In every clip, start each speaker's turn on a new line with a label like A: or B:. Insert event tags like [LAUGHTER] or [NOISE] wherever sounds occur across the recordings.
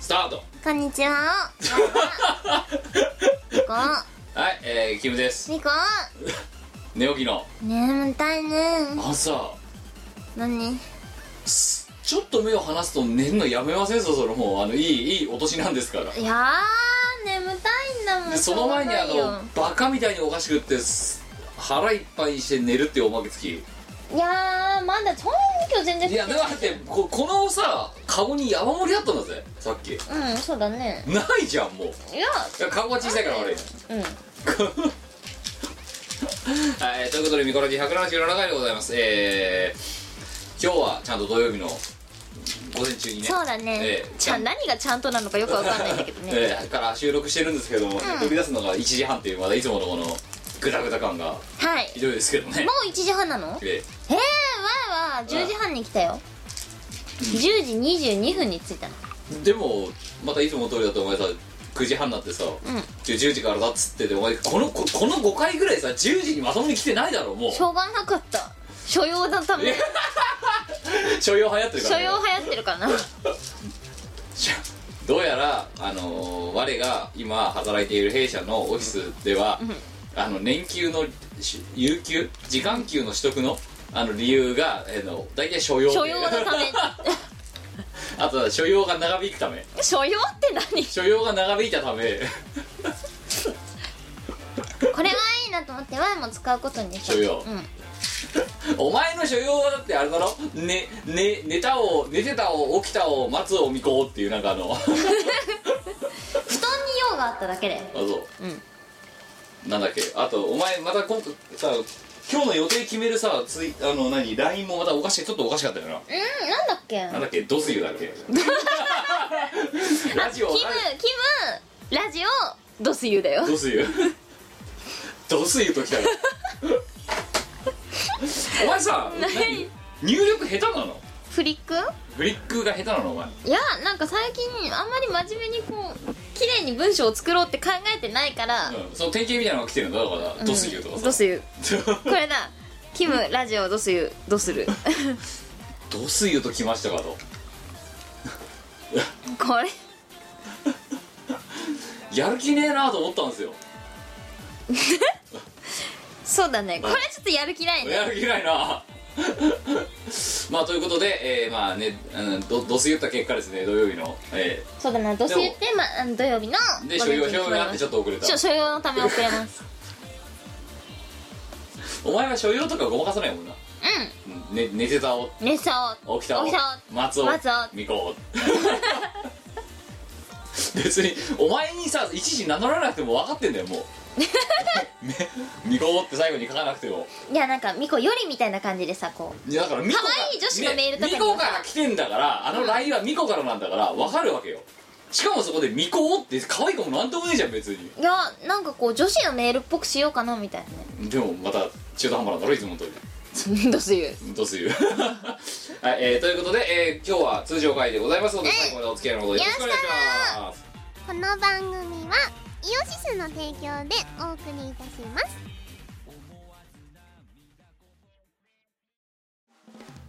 A: スタート
B: こんにちは。ニコ、
A: はいえー、キムです
B: ニコ。
A: 寝起きの
B: 眠たいね。
A: 朝
B: 何？
A: すちょっと目を離すと寝るのやめませんぞそのもうあのいいいいお年なんですから
B: いやー眠たいんだもん。
A: でその前にあ
B: しょうが
A: のバカみたいにおかしくってす腹いっぱいにして寝るっていうおまけつき
B: ないよいやーまだ超今日全然。
A: いやだってここのさ顔に山盛りあったんだぜさっき
B: うんそうだね。
A: ないじゃんもうい
B: いや。
A: や顔が小さいから [LAUGHS] 悪い
B: うん。
A: はい、ということで、ミコラジ177回でございます。えー、今日はちゃんと土曜日の午前中にね、
B: そうだね
A: ええ。
B: ちゃん何がちゃんとなのかよくわかんないんだけど
A: [LAUGHS]
B: ね。
A: えーから収録してるんですけども、飛び出すのが1時半っていう、まだいつものこのグダグダ感が
B: はい。
A: ひどいですけどね
B: も。う1時半なの？
A: で
B: ええ前は10時半に来たよ。10時22分に着いたの。
A: でも、またいつもの通りだとお前さ、9時半になってさ、
B: うん。
A: 10時からだっつってて、お前このこ、この5回ぐらいさ、10時にまともに来てないだろ、もう。
B: しょうがなかった。所用のため。
A: [LAUGHS] 所要流行ってるか
B: 所
A: ら、
B: 用流行ってるかな。
A: しゃ [LAUGHS] どうやら、あのー我が今働いている弊社のオフィスでは、あの年休のし有給時間給の取得のあの理由が、えーの大体所要で
B: 所用のた
A: [LAUGHS] あとは所要が長引くため
B: め所用って何
A: 所要が長引いたため [LAUGHS]
B: これはいいなと思ってワイも使うことにした
A: 所用
B: うん
A: お前の所要はだってあれだろ、ねね、寝たを寝てたを起きたを待つを見こうっていうなんかあの [LAUGHS] あ
B: 布団に用があっただけで
A: そう
B: うん
A: なんだっけあとお前また今回さ今日の予定決めるさついあの何 LINE もまたおかしいちょっとおかしかったよな
B: うんなんだっけ
A: なんだっけドスユだっ
B: [LAUGHS]
A: けラジオ
B: キムキムラジオドスユだよ
A: ドスユドスユときたよお前さ何入力下手なの
B: フリック
A: フリックが下手なのお前
B: いやなんか最近あんまり真面目にこう綺麗に文章を作ろうって考えてないから、
A: うんその典型みたいなのが来てるんだだから、ドスユとか
B: ド
A: さ
B: スユこれだキムラジオドスユドスル
A: [LAUGHS] ドスユときましたかと
B: これ
A: やる気ねえなと思ったんですよ
B: そうだねこれちょっとやる気ないね
A: やる気ないな [LAUGHS] まあということで、えーまあね、うん、どどす言った結果ですね土曜日の、え
B: そうだなドスユって、まあ、あの土曜日の
A: ーで
B: 午
A: 所
B: 前
A: 要
B: 中
A: 表
B: に
A: 明があってちょっと遅れた
B: ちょ所用のため遅れ
A: [LAUGHS]
B: ます
A: お前は所要とかごまかさないもんな、
B: う
A: うんね、寝てたお
B: ん寝そう
A: 起きたお
B: 起きた
A: 松尾
B: 松尾
A: 見こう [LAUGHS] 別にお前にさ一時名乗らなくても分かってんだよ
B: [LAUGHS]
A: もうね見こうって最後に書かなくても
B: いやなんかミコよりみたいな感じでさこう
A: いやだからミコが
B: 可愛い女子のメールとかに
A: ねミコから来てんだからあの LINE はミコからなんだからわかるわけよしかもそこで「ミコ」って可愛い子もなんともねえじゃん別に
B: いやなんかこう女子のメールっぽくしようかなみたい
A: でもまた中途半端なんだろいつもの通り
B: なねどうする
A: [LAUGHS] どうするはい、えー、ということで、えー、今日は通常会でございますので最後までお付き合いのほどよろしくお願いします
C: この番組はイオシスの提供でお送りいたします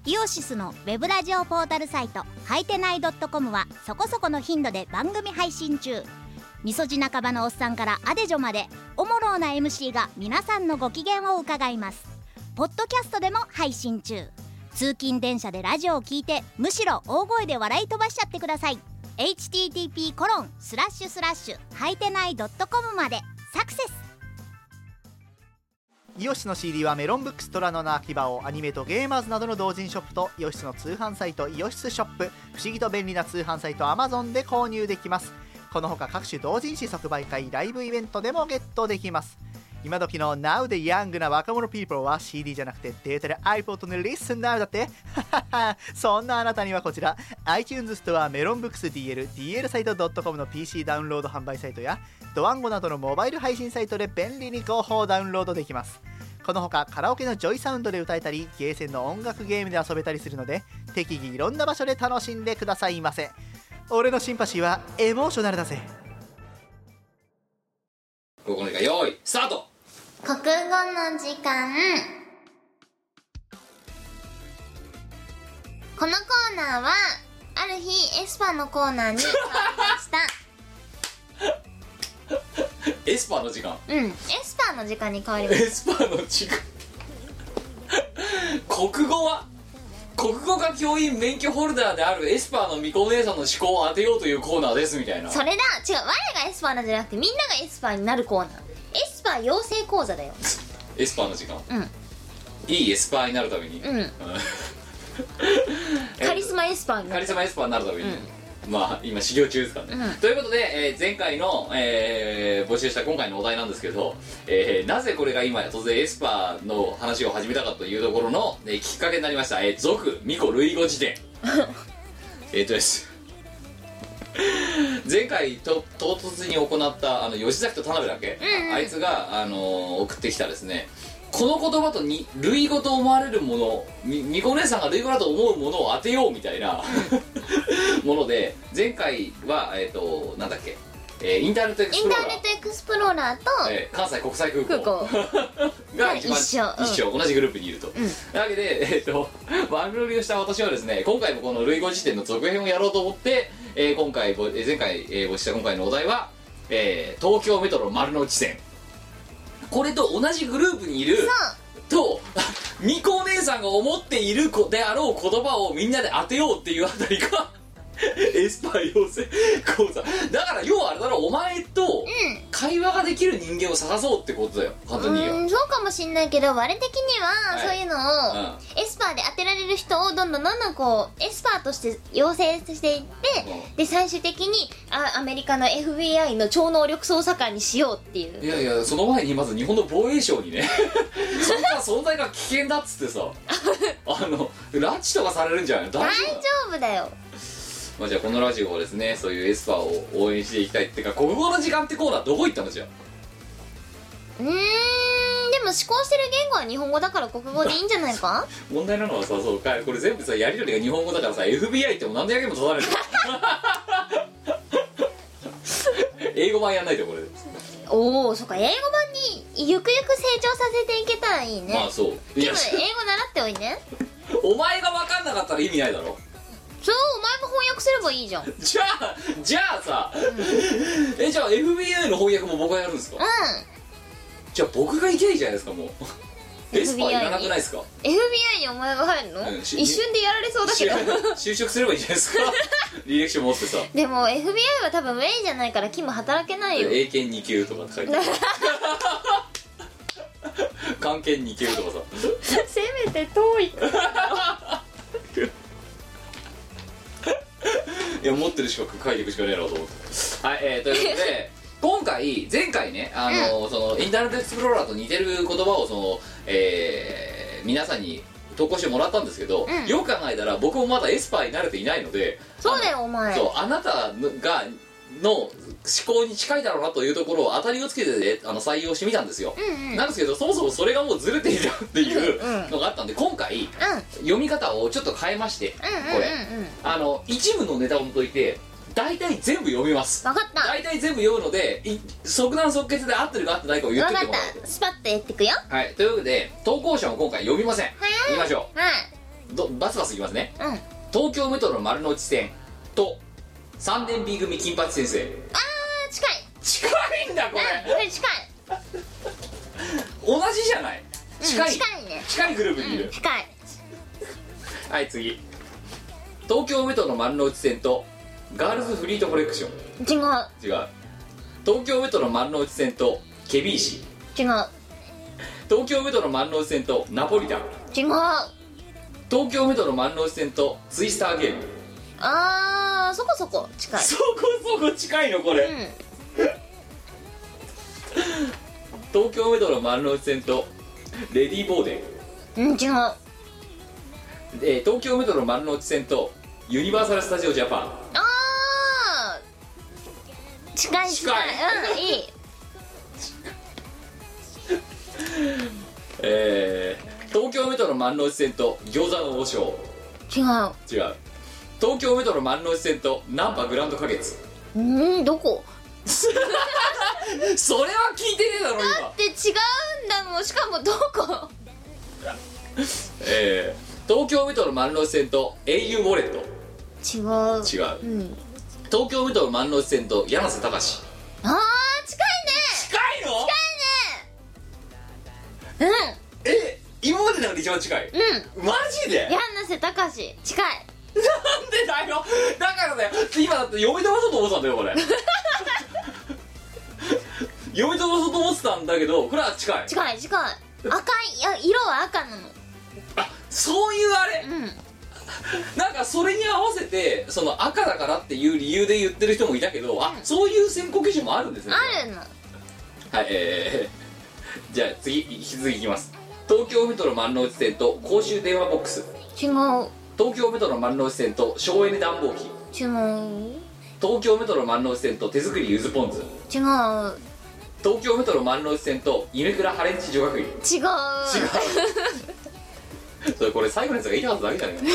C: イオシスのウェブラジオポータルサイトはいてない .com はそこそこの頻度で番組配信中みそじ半ばのおっさんからアデジョまでおもろうな MC が皆さんのご機嫌を伺いますポッドキャストでも配信中通勤電車でラジオを聞いてむしろ大声で笑い飛ばしちゃってください http コロンスラッシュスラッシュはいてない .com までサクセス
D: イオシスの CD はメロンブックストラノの秋葉をアニメとゲーマーズなどの同人ショップとイオシスの通販サイトイオシスショップ不思議と便利な通販サイト Amazon で購入できますこのほか各種同人誌即売会ライブイベントでもゲットできます今時の Now でヤングな若者 people は CD じゃなくてデータで iPod の Listen Now だって [LAUGHS] そんなあなたにはこちら iTunes ストアメロンブックス DL、DL サイト .com の PC ダウンロード販売サイトやドワンゴなどのモバイル配信サイトで便利に広報ダウンロードできますこのほかカラオケのジョイサウンドで歌えたりゲーセンの音楽ゲームで遊べたりするので適宜いろんな場所で楽しんでくださいませ俺のシンパシーはエモーショナルだぜ
A: ここの時間用意スタート
B: 国語の時間このコーナーはある日エスパーのコーナーに変わりました
C: [LAUGHS]
A: エスパーの時間
B: うんエスパーの時間に変わりま
A: エ
B: した
A: スパーの時間国語は国語が教員免許ホルダーであるエスパーのみこお姉さんの思考を当てようというコーナーですみたいな
B: それだ違う我がエスパーなんじゃなくてみんながエスパーになるコーナーエスパー養成講座だよ
A: エスパーの時間
B: う
A: い
B: ん
A: いエスパーになるために、 [LAUGHS]
B: うん
A: え
B: カリスマエスパーに
A: カ
B: な
A: リ
B: る
A: スマエスパーになるために、まあ今修行中ですからね、
B: うん
A: ということで、えー前回の、えー募集した今回のお題なんですけど、えーなぜこれが今突然エスパーの話を始めたかというところの、えーきっかけになりました「えー俗巫女類語辞
B: [LAUGHS]
A: 典」えっとです前回と唐突に行ったあの吉崎と田辺だっけ、
B: うんうん
A: あいつが、あのー送ってきたですねこの言葉とに類語と思われるものみみこ姉さんが類語だと思うものを当てようみたいな [LAUGHS] もので前回はえっ、となんだっけ、えーインターネットエク
B: イ
A: ス
B: ン
A: プ
B: タ
A: ロ
B: ー
A: ーラ
B: ネ
A: ー
B: ットエクスプローラーと
A: えー関西国際空
B: 空
A: 港
B: 港
A: が一番
B: 一緒うん
A: 緒同じグループにいると、
B: ん
A: なわけで、えっと [LAUGHS] 番組をした私はですね今回もこの類語辞典の続編をやろうと思って、えー今回ぼえー前回、えー、募集した今回のお題は、えー東京メトロ丸の内線これと同じグループにいるとみこお姉さんが思っている子であろう言葉をみんなで当てようっていうあたりが [LAUGHS] エスパー養成講座だから要はあれだろお前と会話ができる人間を探そうってことだよハントニーは
B: う。んそうかもしんないけど我的には
A: はい
B: そういうのを
A: う
B: エスパーで当てられる人をどんどんどんどんこうエスパーとして養成していって
A: う
B: で最終的にあアメリカの FBI の超能力捜査官にしようっていう
A: いやいやその前にまず日本の防衛省にね [LAUGHS] そんな存在が危険だっつってさ
B: [LAUGHS]
A: あの拉致とかされるんじゃないの大
B: 大
A: 丈
B: 丈
A: 夫なの
B: 夫だよ
A: まあ、じゃあこのラジオはですねそういうエスパーを応援していきたいってか国語の時間ってコーナーどこ行ったのじゃ
B: うーんでも思考してる言語は日本語だから国語でいいんじゃな
A: [LAUGHS]
B: いか
A: 問題なのはさそうかこれ全部さやり取りが日本語だからさ FBI ってもう何でやけも取られる [LAUGHS] 英語版やんないとこれ、
B: おおそっか英語版にゆくゆく成長させていけたらいいね、
A: まあそうい
B: で
A: や
B: も英語習っておい
A: [LAUGHS]
B: ね
A: お前が分かんなかったら意味ないだろ
B: そうお前も翻訳すればいいじゃんうん
A: じゃあじゃあさ、えじゃあ FBI の翻訳も僕がやるんですかじゃあ僕がいけばいいじゃないですかもうエスパーいらなくない
B: [LAUGHS]
A: ですか
B: FBI にお前が入るの、
A: うんし
B: 一瞬でやられそうだけ
A: 就
B: ど
A: 就職すればいいじゃないですか履歴書持ってさ
B: でも FBI は多分ウェイじゃないからキム働けないよ
A: 英検2級とかって書いて
B: [LAUGHS]
A: ある漢検2級とかさ
B: せめて遠い
A: いや持ってる資格書いていくしかねえなと思ってはいえー、ということ [LAUGHS] で今回前回ねあの、そのインターネットエクスプローラーと似てる言葉をそのえー皆さんに投稿してもらったんですけど、
B: うん
A: よく考えたら僕もまだエスパーに慣れていないので
B: そうだ
A: よ
B: よお前
A: そうあなたのがの思考に近いだろうなというところを当たりをつけてねあの採用してみたんですよ、
B: うんうん
A: なんですけどそもそもそれがもうずれていたっていう
B: うんうん
A: のがあったんで今回
B: うん
A: 読み方をちょっと変えまして、
B: うん
A: こ
B: うん
A: れ
B: うんうん
A: あの一部のネタを除いて大体全部読みます
B: 分かった
A: 大体全部読むのでい即断即決で合ってるか合ってないかを言っ
B: 分
A: てき
B: か
A: て
B: っ
A: もらう
B: たスパッとやってくよ
A: とはいというわけで投稿者も今回読みません言いましょ
B: は
A: うどバスバスいきますね
B: いうん
A: 東京メトロ丸の内線と三年 B 組金八先生
B: 近い
A: 近いんだこ
B: うん
A: れ
B: これ近い
A: 同じじゃない
B: うん
A: 近い、
B: 近いね
A: 近いグループにいる、
B: うん近い
A: はい次東京メトロ丸の内線とガールズフリートコレクション
B: 違う
A: 違う東京メトロ丸の内線とケビー市
B: 違う
A: 東京メトロ丸の内線とナポリタン
B: 違う
A: 東京メトロ丸の内線とツイスターゲーム
B: あーそこそこ近い
A: そこそこ近いのこれ、
B: うん
A: 東京メトロ丸の内線とレディーボーデン、
B: うん違うあ
A: えー東京メトロ丸の内線とユニバーサル・スタジオ・ジャパン
B: あー近い近い
A: 近
B: うんいい
A: えー東京メトロ丸の内線と餃子の王将
B: 違う
A: 違う東京メトロ丸の内線とナンパグランド花月
B: うんどこ
A: それは聞いてねえだろ今
B: で違うんだもんしかもどこ
A: えー東京メトロ丸の内線と au ウォレット
B: 違う
A: 違う
B: うん
A: 東京武藤万能線と柳瀬隆史
B: あー近
A: 近いの
B: いね
A: え今までの中で一番近い
B: うんうん
A: マジで
B: 柳瀬隆史近い
A: なんでだよだからだよ今だって嫁飛ばそうと思ってたんだよ [LAUGHS] これ嫁飛ばそうと思ってたんだけどこれは近い
B: 近い近い赤いいや色は赤なの
A: あそういうあれ
B: うん
A: なんかそれに合わせてその赤だからっていう理由で言ってる人もいたけどあそういう選考基準もあるんですね
B: あるの
A: はい [LAUGHS] えー、じゃあ次引き続きいきます東京メトロ万能地線と公衆電話ボックス
B: 違う
A: 東京メトロ万能地線と省エネ暖房機
B: 違う
A: 東京メトロ万能地線と手作りゆずポン酢
B: 違う
A: 東京メトロ万能地線と犬倉ハレンチ女学院違
B: 違う
A: う [LAUGHS] それこれ最後のやつがいいはずだけじゃないかな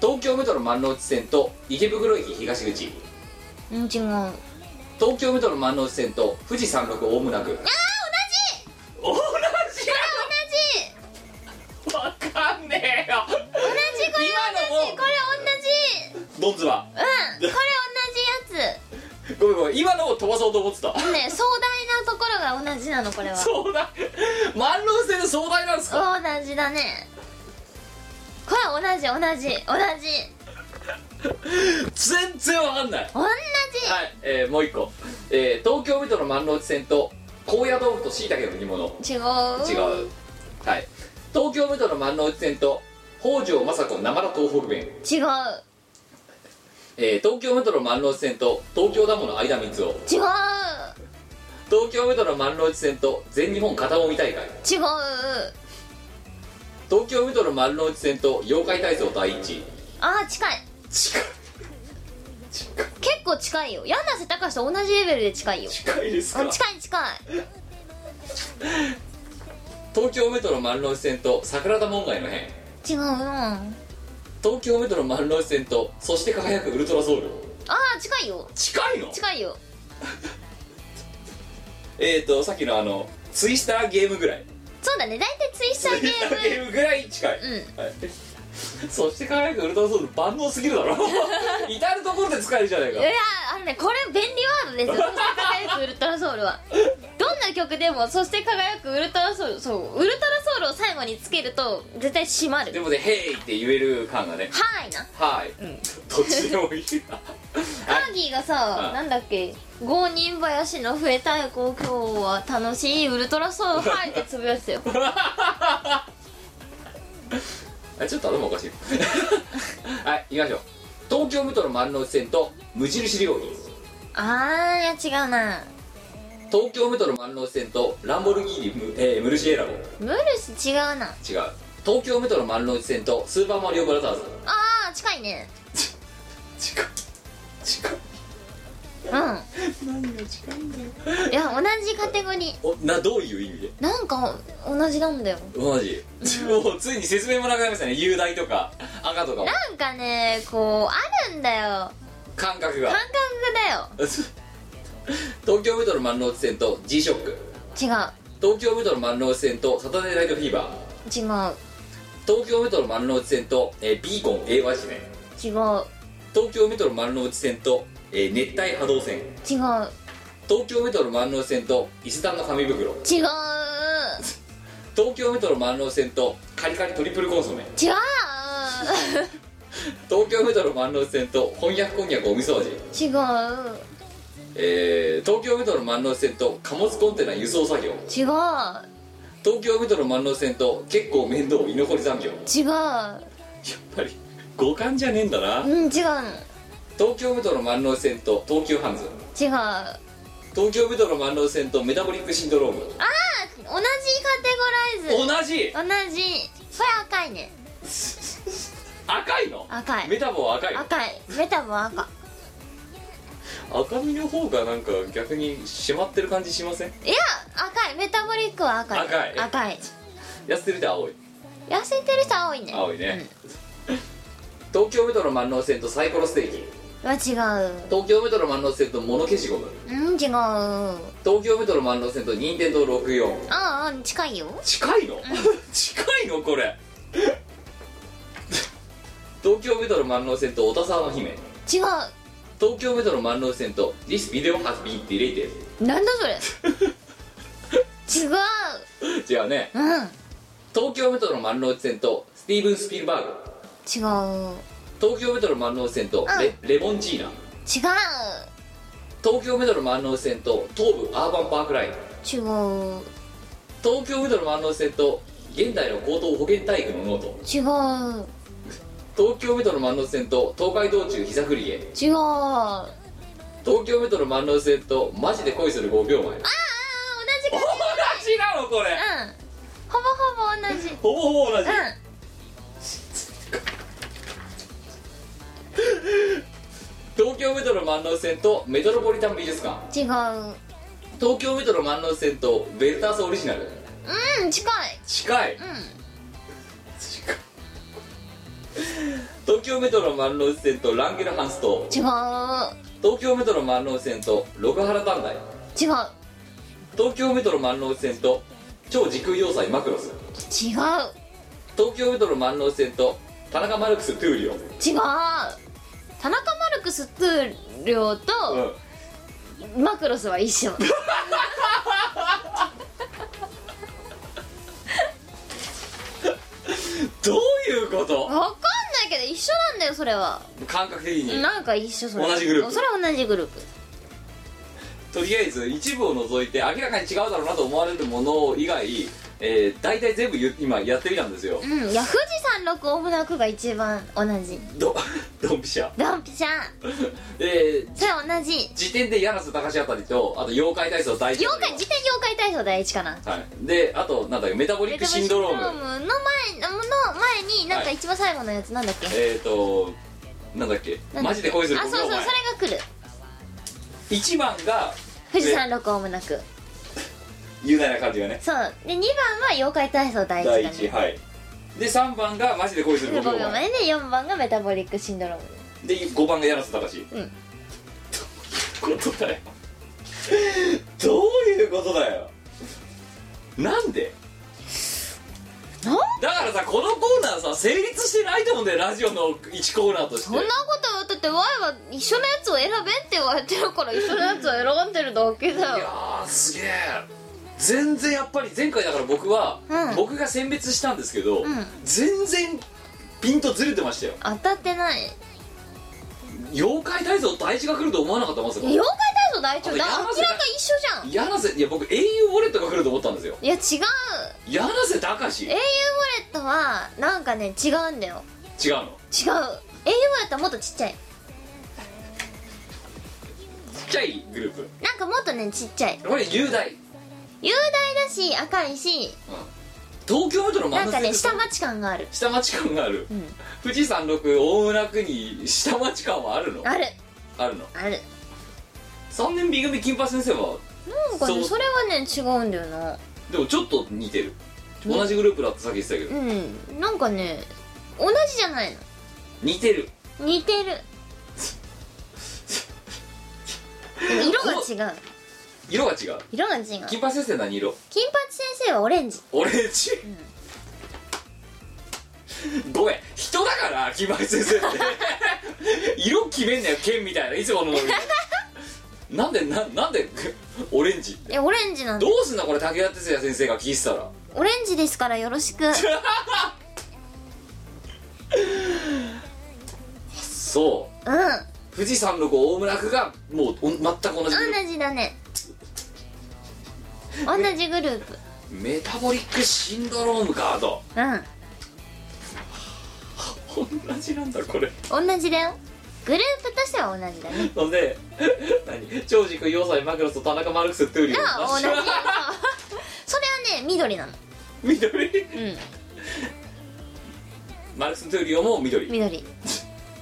A: 東京メトロ万能地線と池袋駅東口
B: うん違うあ
A: 東京メトロ万能地線と富士山麓大村区
B: ー
A: 同じや
B: 同じ同じ
A: ろわかんねえよ
B: 同じこれ同じこれ同じ
A: ドンズバ
B: うんこれ同じやつ
A: ごめんごめん今のを飛ばそうと思ってた
B: ね壮大なところが同じなのこれはう
A: 壮大万能線で壮大なんですか
B: 同じだねこれ同じ同じ同じ
A: 全然わかんない
B: 同じ
A: はい、えーもう一個、えー東京メトロ万能地線と高野豆腐としいたけの煮物
B: 違う
A: 違うはい東京メトロ万能地線と北条政子生田東北弁、
B: 違う
A: えー東京メトロ万能地線と東京ダムの間三つを
B: 違う
A: 東京メトロ万能地線と全日本片思い大会
B: 違う
A: 東京メトロ丸の内線と妖怪体操第一
B: あー近い
A: 近い
B: 結構近いよ柳瀬隆と同じレベルで近いよ
A: 近いです
B: あ近い近い
A: 東京メトロ丸の内線と桜田門外の辺
B: 違うなあ
A: 東京メトロ丸の内線とそして輝くウルトラソウル
B: ー近いよ
A: 近いの
B: 近いよ
A: えっ、ー、とさっきのあのツイスターゲームぐらい
B: そうだね大体ツイスター
A: ツ
B: ゲ
A: イスターゲ
B: ー
A: ームぐらい近い、
B: ムうん
A: はい、 [LAUGHS] そして輝くウルトラソウル万能すぎる
B: [LAUGHS]
A: だろ至る所で使えるじゃないか
B: いやあのねこれ便利ワードですよそして輝くウルトラソウルはどんな曲でもそして輝くウルトラソウルそうウルトラソウルを最後につけると絶対閉まる
A: でもね「へい!」って言える感がね
B: はいな
A: 「はい」どっちでも
B: [LAUGHS]
A: いいな
B: カーギーがさ、
A: うん
B: なんだっけ五人林の笛太鼓今日は楽しいウルトラソウルはいってつぶやいてたよ [LAUGHS]
A: あちょっと頭おかしい [LAUGHS] はい行きましょう東京メトロ丸の内線と無印良品
B: あーいや違うな
A: 東京メトロ丸の内線とランボルギーニム,、えームルシエラボ違う
B: ムルス違うな
A: 東京メトロ丸の内線とスーパーマリオブラザーズ
B: あー近いね
A: 近い近い
B: うん何が近いんだよいや同じカテゴリ
A: おなどういう意味で
B: ーなんか同じなんだよ
A: 同じ、もうついに説明もなくなりましたね雄大とか赤とかも
B: なんかねこうあるんだよ
A: 感覚が
B: 感覚
A: 東京メトロ丸の内線と G ショック
B: だよ
A: 東京メトロ丸の内線とサタデーナイトフィーバー
B: 違う違う
A: 東京メトロ丸の内線と、えービーコン A 和地面
B: 違う
A: 東京メトロ丸の内線と、えー熱帯波動線
B: 違う
A: 東京メトロ丸の内線と伊勢丹の紙袋
B: 違う
A: 東京メトロ丸の内線とカリカリトリプルコンソメ
B: 違 [LAUGHS] う
A: 東京メトロ丸の内線と翻訳こんにゃくおみそ味、
B: 違う
A: えー東京メトロ丸の内線と貨物コンテナ輸送作業
B: 違う
A: 東京メトロ丸の内線と結構面倒居残り残業やっ
B: 違う
A: ぱり五感じゃねえんだな
B: うん違うの
A: 東京メトロ丸の内線と東急ハンズ
B: 違うあ
A: 東京メトロ丸の内線とメタボリックシンドローム
B: 同じカテ
A: 同
B: ゴ
A: じ
B: ライズ同じこれ赤いね
A: 赤いの
B: 赤い
A: メタボは赤いの
B: 赤いメタも赤
A: 赤身の方がなんか逆に締まってる感じしません
B: いや赤いメタボリックは赤い
A: 赤い
B: 赤い
A: 痩せてるって青い
B: 痩せてる人青いね
A: 青いね、東京メトロ万能線とサイコロステーキ
B: うんは違う
A: 東京メトロ万能線と物消しゴム
B: うん違うあ
A: 東京メトロ万能線と任天堂64
B: あ
A: [LAUGHS]
B: 近いよ
A: 近いの近いのこれ [LAUGHS] 東京メトロ万能線と小田沢の姫
B: 違う
A: 東京メトロ万能線と This video has been deleted
B: なんだそれ
A: [LAUGHS]
B: 違う
A: 違うね
B: うん
A: 東京メトロ万能線とスティーブン・スピルバーグ
B: 違う
A: 東京メトロ万能線とレ,、レモンジーナ
B: 違
A: 東京メトロ万能線と東武アーバンパークライン
B: う違う
A: 東京メトロ万能線と現代の高等保健体育のノート
B: 違う
A: 東京メトロ万能線と東海道中膝栗毛
B: 違うああ
A: 東京メトロ万能線とマジで恋する5秒前同
B: 同じか
A: じなのこれ
B: うんほぼほぼ同じうん
A: ほぼほぼ同じ東京メトロ万能線とメトロポリタン美術館
B: 違う
A: 東京メトロ万能線とベルタースオリジナル
B: うん近い
A: 近い
B: うん
A: 近い東京メトロ万能線とランゲルハンスト
B: 違う
A: 東京メトロ万能線と六原短大
B: 違う
A: 東京メトロ万能線と超時空要塞マクロス
B: 違う
A: 東京メトロ万能線と田中マルクス・トゥーリオ、
B: 違う田中マルクス通量
A: う
B: と
A: ん
B: マクロスは一緒
A: どういうこと
B: わかんないけど一緒なんだよそれは
A: 感覚的に
B: なんか一緒それ
A: 同じグループ
B: それは同じグループ
A: とりあえず一部を除いて明らかに違うだろうなと思われるもの以外、えー、大体全部ゆ今やってみたんですよ
B: うんいや富士山六オムナクが一番同じ
A: ど [LAUGHS] ドンピシャ
B: ドンピシャ
A: えー、
B: それは同じ
A: 時点で柳瀬隆史あたりとあと妖怪体操第一
B: 妖怪自転妖怪体操第一かな
A: はい、であとなんだっけメタボリックシンドローム
B: メタボリックシンドロームの前の前になんか一番最後のやつなんだっけ、
A: えーとなんだっけ
B: なんだ
A: マ
B: っけ
A: ジで恋する
B: あそうそうそれが来る
A: 1番が
B: 富士山六オムナク
A: 雄大な感じがね
B: そうで2番は妖怪体操第一
A: 第
B: か
A: 一
B: ね
A: はいで3番がマジで恋する5
B: 5秒
A: 秒前
B: 前で4番がメタボリックシンドローム
A: で5番が柳瀬隆史
B: うん
A: どういうことだよどういうことだよなんで
B: なん
A: だからさこのコーナーさ成立してないと思うんだよラジオの1コーナーとして
B: そんなことはだって Y は一緒のやつを選べんって言われてるから一緒のやつを選んでるだけだ
A: いや
B: よ
A: ーすげえ全然やっぱり前回だから僕は、
B: うん
A: 僕が選別したんですけど、
B: ん
A: 全然ピンとずれてましたよ
B: 当たってない
A: 妖怪大蔵大事が来ると思わなかったまさか
B: 妖怪体操第一だ
A: あと
B: 明ら
A: 山
B: か
A: 瀬
B: 一緒じゃん
A: 柳瀬いや僕英雄ウォレットが来ると思ったんですよ
B: いや違う
A: 柳瀬隆史
B: 英雄ウォレットはなんかね違うんだよ
A: 違うの
B: 違う英雄ウォレットはもっとちっちゃい
A: ちっちゃいグループ
B: なんかもっとねちっちゃい
A: これ雄大、うん、
B: 雄大だし赤いし
A: 東京メトロ真
B: なん
A: ん
B: か
A: 中
B: ね
A: で
B: 下町感がある
A: 下町感がある、
B: うん
A: 富士山六大村区に下町感はあるの
B: ある
A: あるの
B: ある
A: 3年 B 組金八先生は
B: なんか
A: そう
B: ねそれはね違うんだよな
A: でもちょっと似てる同じグループだってさっき言ってたけど
B: うんなんかね同じじゃない
A: 似てる
B: の似てる
A: [LAUGHS]
B: 色が違う
A: 色が違う
B: 色が違う金八
A: 金八先生何色
B: 先生はオレンジ
A: オレンジ、ごめん人だから金八先生って色決めんなよ剣みたいないつものノリでなんでななんでオレンジって
B: えオレンジなんだ
A: どうすんだこれ武田鉄矢先生が聞いてたら
B: オレンジですからよろ
A: [LAUGHS]
B: しくう
A: そ
B: ん
A: う富士山の子大村区がもうお全く同じグルー
B: 同じだね同じグループ
A: プメタボリックシンドロームかと
B: う
A: 同じなんだこれ
B: ん同じだよグループとしては同じだね
A: ので何長軸要塞マクロスと田中マルクストゥーリオ
B: が [LAUGHS] 同じそうそれはね緑なの
A: [LAUGHS] 緑
B: うん
A: マルクストゥーリオも緑
B: 緑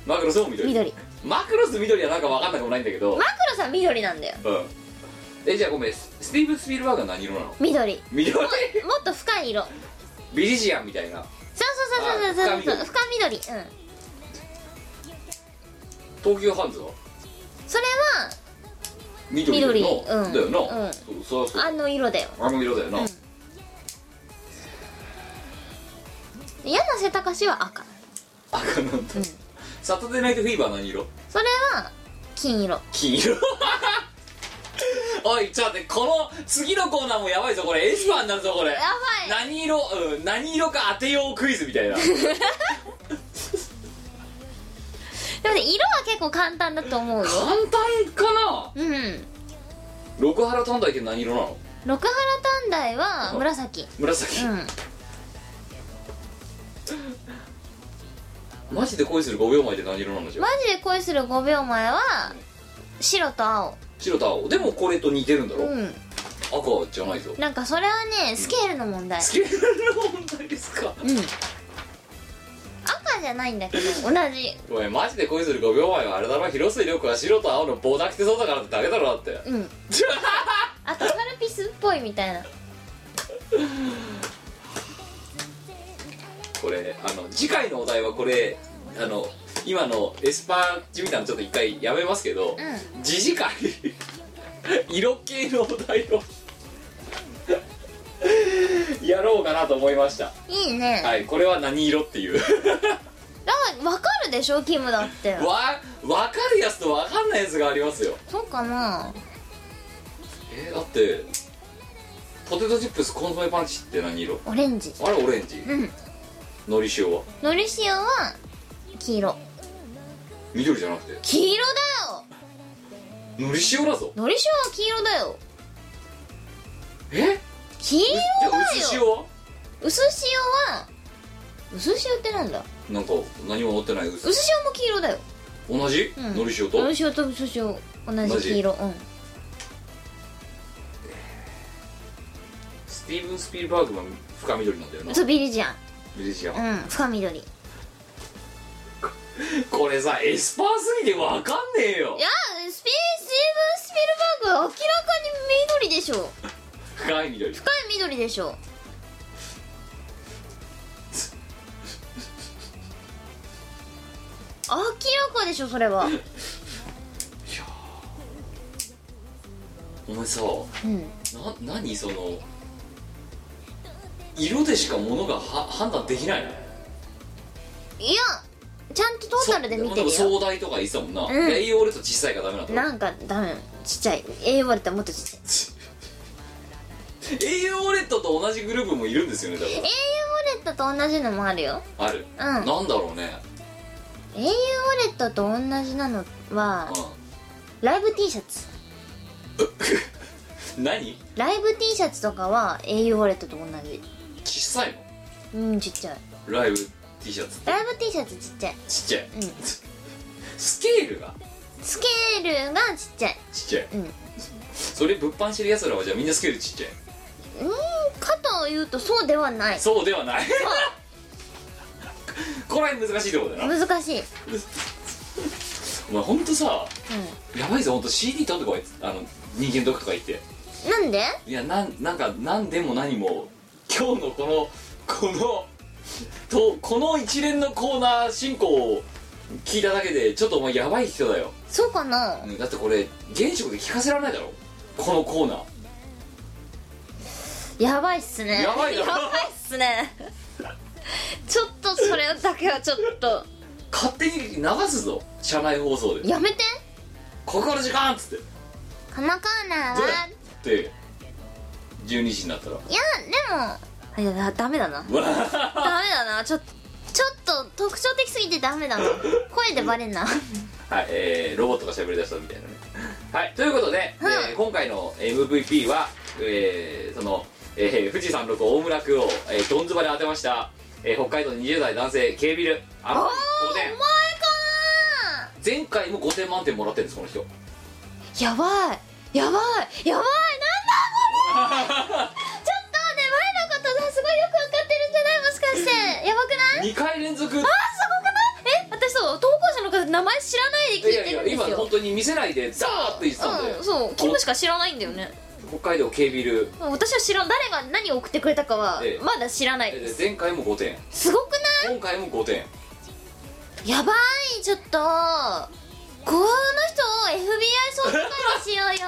A: マクロスも緑
B: 緑
A: マクロス緑はなんか分かんなくもないんだけど、
B: マクロさん緑なんだよ
A: うんえじゃあごめんススティーブン・スピルバーグは何色なの
B: 緑も
A: 緑
B: もっと深い色そう
A: ビリジアンみたいな
B: そうそうそうそうそう
A: あ
B: そう深緑うんそれは
A: 東急ハンズは緑の
B: 緑うん
A: だよな、
B: うん
A: そうそうそう
B: あの色だよ
A: あの色だよな、
B: うん柳瀬隆は赤
A: 赤のサタデーナイトフィーバー何色
B: それは金色
A: 金色おいちょっと待ってこの次のコーナーもやばいぞこれエスパーになるぞこれ
B: やばい
A: 何色、うん、何色か当てようクイズみたいな
B: でもね色は結構簡単だと思うよ
A: 簡単かな
B: うん
A: 六原短大って何色なの
B: 六原短大は紫
A: 紫、
B: うん
A: マジで恋する5秒前って何色なのじゃあ
B: マジで恋する5秒前は白と青
A: 白と青でもこれと似てるんだろ、
B: うん
A: 赤じゃないぞ
B: なんかそれはねスケールの問題
A: スケールの問題ですか
B: うん赤じゃないんだけど同じ
A: おいマジで恋する5秒前はあれだろ広末涼子が白と青の棒だけてそうだからってだけだろだって
B: [LAUGHS] うんあとカルピスっぽいみたいな
A: これあの次回のお題はこれあの今のエスパージみたいなのちょっと一回やめますけど、
B: う
A: 時事会 [LAUGHS] 色系のお題を [LAUGHS] やろうかなと思いました、
B: いいね、
A: はいこれは何色っていう
B: だから分かるでしょキムだって
A: わ分かるやつと分かんないやつがありますよ
B: そうかな
A: えーだってポテトチップスコンソメパンチって何色
B: オレンジ
A: あれオレンジ
B: うん
A: のり塩は
B: のり塩は黄色
A: 緑じゃなくて
B: 黄色だよ
A: のり塩だぞ
B: のり塩は黄色だよ
A: え
B: 黄色
A: じゃあ薄
B: だ
A: 塩
B: よ
A: は
B: 薄塩は薄塩ってなんだ
A: なんか何も持ってない薄
B: 薄塩も黄色だよ
A: 同じ、
B: うん
A: のり塩と
B: のり塩と薄塩同じ黄色うん
A: スティーブン・スピルバーグは深緑なんだよな
B: そうビリジアン
A: ミリシアン
B: うん深緑い
A: これさエスパーすぎてわかんねえよ
B: やスピースティーブン・スピルバーグは明らかに緑でしょ
A: 深い緑
B: 深い緑でしょ明らかでしょそれは
A: お前さ
B: うん
A: な何その色でしかものがは判断できないの
B: いやちゃんとトータルで見て
A: そなん
B: るよ
A: か壮大とか言ってたもんな、
B: ん
A: 栄養俺と小さいがダメなんだろ
B: なんかダメちっちゃい栄養割れたらもっとちっちゃい
A: 栄養レッドと同じグループもいるんですよねだ
B: 栄養ウォレットと同じのもあるよ
A: からある、
B: うん
A: なんだろうね、
B: 栄養ウォレットと同じなのは
A: う
B: ライブ T シャツ
A: ん、 [LAUGHS] 何
B: ライブ T シャツとかは栄養ウォレットと同じ
A: 小さい
B: うんちっちゃい
A: のライブ T シャツ
B: ライブ T シャツちっちゃい
A: ちっちゃい、
B: う
A: [LAUGHS]
B: ん
A: スケールが
B: スケールがちっちゃい
A: ちっちゃい、
B: うん
A: それ物販してるやつらはじゃあみんなスケールちっちゃい
B: かというとそうではない
A: そうではない [LAUGHS] これ難しいとこだな
B: 難しい、うん、
A: お前ほんとさやばいぞほんと CD とかあの人間ドックとか言って
B: なんで
A: いやなんなんか何でも何も今日のこのこのとこの一連のコーナー進行を聞いただけでちょっとお前やばい人だよ、
B: そうかな
A: うんだってこれ現職で聞かせられないだろこのコーナー
B: やばいっすね
A: やばいだろ
B: やばいっすね [LAUGHS] ちょっとそれだけはちょっと
A: 勝手に流すぞ社内放送で
B: やめて
A: 「ここから時間!」っつっ
B: このコーナーは
A: てで12時になったら
B: いやでもいやダメだな
A: うわ
B: ダメだなちょっとちょっと特徴的すぎてダメだな声でバレ
A: [LAUGHS]
B: んな
A: はい、えーロボットが喋り出したみたいなね。 [LAUGHS] はい、ということで、
B: うん
A: えー今回の MVP は、えーその、えー富士山麓大村区を、えーどんずばで当てました、えー北海道20代男性、K ビル、あの、5点。前回も5点満点もらってるんです、この
B: [LAUGHS]
A: 人。
B: やばいやばいやばいなんだこれちょっとね前のことさすごいよくわかってるんじゃないもしかしてやばくない
A: 2回連続。い
B: あーすごくないえ私そう投稿者の方名前知らないで聞い
A: や
B: て
A: い
B: るん
A: や、
B: ですよ
A: 今本当に見せないで、ザーって言ってたんで、
B: うんそうキムしか知らないんだよね
A: 北海道 K ビル、
B: 私は知らん誰が何を送ってくれたかは
A: ええ
B: まだ知らない
A: え
B: です
A: ー前回も5点、
B: すごくない
A: 今回も5点。
B: やばいちょっとこの人を FBI 捜査官にしよう
A: [LAUGHS]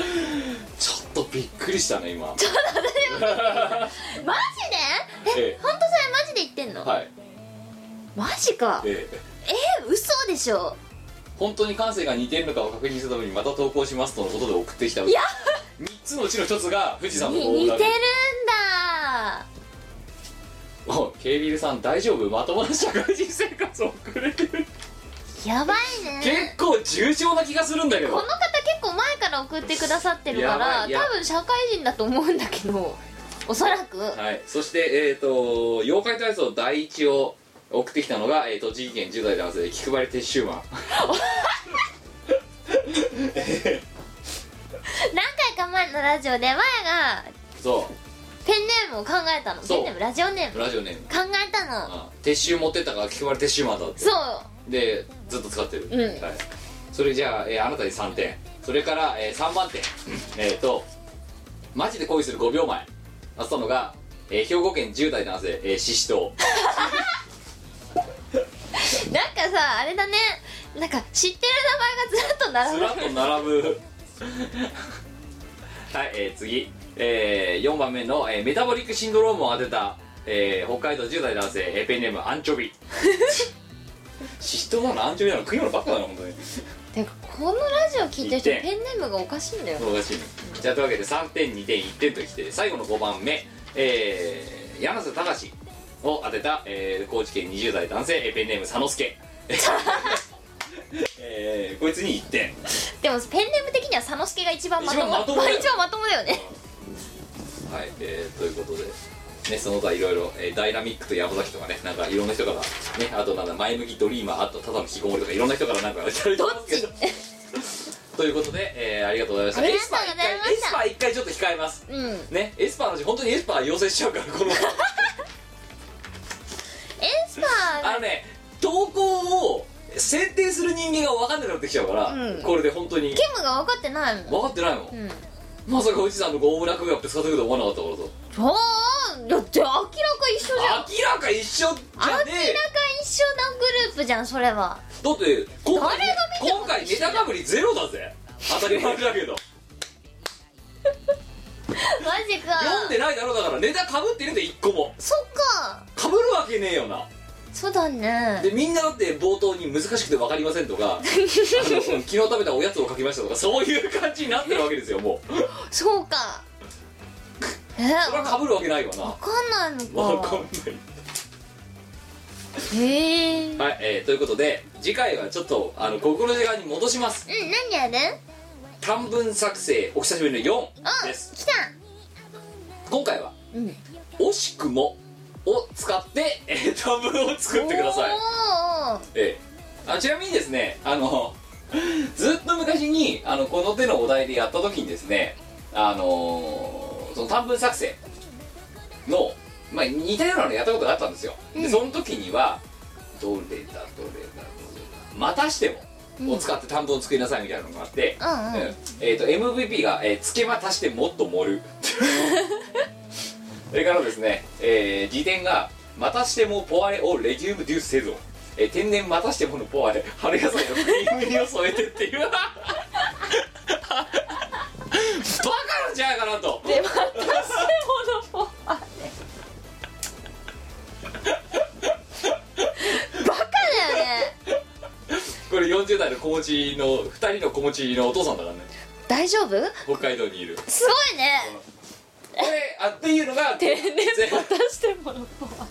B: よ
A: ちょっとびっくりしたね、今。
B: マジでえ
A: ええ
B: 本当それマジで言ってんの、
A: はい。
B: マジか
A: ええ
B: え嘘でしょ
A: 本当に感性が似てるのかを確認するためにまた投稿しますとのことで送ってきたい
B: や
A: 3つのうちの1つが富士山の
B: に
A: 動
B: 似て
A: 画
B: るん
A: で
B: だ
A: おケイビルさん大丈夫まともな社会人生活を送れてる
B: やばいね
A: 結構重症な気がするんだけ
B: この
A: ど
B: 方結構前から送ってくださってるか
A: や
B: ら
A: ばいいや
B: 多分社会人だと思うんだけどおそらく
A: はいそしてえっ、と妖怪体操第一を送ってきたのが、えー、栃木県10代男性気配り鉄シューマン
B: 何回か前のラジオで前が
A: そ
B: ペンネームを考えたの
A: そう
B: ペンネームラジオネー
A: う
B: ム
A: ラジオネーム
B: 考えたの
A: あ鉄シュー持ってったから気配り鉄シューマンだって
B: そう
A: でずっと使ってる、
B: うん
A: はい、それじゃあ、えーあなたに3点それから、え3番点えっ、とマジで恋する5秒前あったのが、えー兵庫県10代男性、えー、シシトウ
B: なんかさあれだねなんか知ってる名前がず
A: ず
B: ら
A: ら
B: っ
A: っ
B: と
A: と
B: 並
A: 並
B: ぶ
A: ぶ [LAUGHS] はい、えー次、え4番目の、えーメタボリックシンドロームを当てた、えー北海道10代男性、えーペンネームアンチ
B: [LAUGHS]
A: ョビシシトウなのアンチョビなの食い物ばっかだな本当に
B: てかこのラジオ聞いてる人
A: 一点
B: ペンネームがおかしいんだよ
A: おかしいねじゃあというわけで3点2点1点ときて最後の5番目えー、柳瀬隆を当てた、えー高知県20代男性えーペンネーム佐之
B: [LAUGHS]
A: 助えー、こいつに1点
B: でもペンネーム的には佐之助が一番まとも
A: 一番まともだよ
B: 一番まともだよね
A: はい、えー、ということでね、その他いろいろ、えーダイナミックと山崎とかねなんかいろんな人からねあとなんだ前向きドリーマーあとただの引きこもりとかいろんな人からなんかいただいて
B: どっ
A: ますけ
B: ち
A: ど
B: [LAUGHS]
A: ということで、えーありがとうございました
B: あり
A: エ
B: がと
A: スパー
B: うご
A: 一
B: ざいま
A: 回エ
B: した
A: スパー一回ちょっと控えます
B: うんエ
A: ねエスパーのうち本当にエスパー要請しちゃうから
B: [LAUGHS]
A: この
B: スパ
A: あ
B: ー
A: のね投稿を選定する人間が分かんなくなってきちゃうから、
B: うん
A: これで本当に
B: ケムが分かってないもん
A: 分かってないもん、
B: うん
A: まさか富士山のゴーム落語やって使ってくると思わなかったからさ
B: ほーだって明らか一緒じゃん
A: 明らか一緒じゃね
B: 明らか一緒のグループじゃんそれは
A: えだって今回
B: 誰が見ても
A: 今回ネタかぶりゼロだぜ当たり前だけ
B: [LAUGHS]
A: ど
B: マジか
A: 読んでないだろうだからネタかぶってるんだよ1個も
B: そっか
A: かぶるわけねえよな
B: そうだね
A: でみんなだって冒頭に難しくて分かりませんと
B: [LAUGHS]
A: かあの昨日食べたおやつを書きましたとかそういう感じになってるわけですよもう
B: そうかえ
A: それは
B: わ
A: かぶるわけないわな
B: かんない
A: わ
B: の
A: かん
B: か
A: な
B: へえう
A: い
B: ん
A: はい、えーということで次回はちょっとあの心の時間に戻します
B: 何やる
A: 短文作成お久しぶりの4
B: う
A: で
B: ん
A: す
B: 来た
A: 今回は
B: うん
A: 「惜しくも」を使って、えー短文を作ってください
B: お、ー
A: ええあちなみにですねあの [LAUGHS] ずっと昔にあのこの手のお題でやった時にですねあのーその短文作成の、まあ、似たようなのやったことがあったんですよ、
B: う
A: で
B: ん
A: その時には「どれだどれだどれだまたしても」を使って短文を作りなさいみたいなのがあって、
B: うんうん
A: うんえー、と MVP が、えーつけま足してもっと盛る」それからですね、えー、辞典が「またしてもポアレをレギュームデュースせぞ」えー天然またしてものポアレ春野菜のクリーム煮を添えて」っていうバカなんじゃないかなと
B: でまたしてものもあれバカだよね
A: これ40代の子持ちの2人の子持ちのお父さんだからね
B: 大丈夫
A: 北海道にいる
B: すごいね
A: これあっていうのが
B: 天然またしてものとは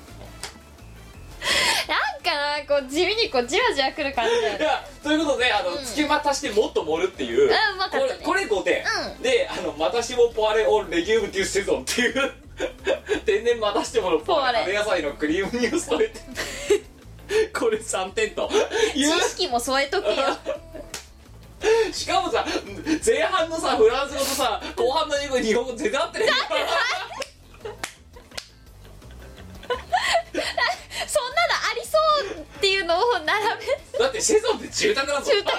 B: なんかなこう地味にこうじわじわくる感じだよ
A: い
B: ね
A: やということであの、
B: うん
A: つけまたしてもっと盛るっていう、
B: うんうまかったね
A: これこれ5点、
B: う
A: であの「またしてもポワレオンレギュームデュセゾン」っていう [LAUGHS] 天然またしてものポワレ
B: ポワレ
A: 春野菜のクリームに添えて [LAUGHS] これ3点とい
B: 知
A: う
B: 識も添えとけよ
A: しかもさ前半のさフランス語とさ後半の英語日本語全然合ってない
B: そんなのありそうっていうのを並べ
A: だってセゾンって住宅だぞ
B: 住宅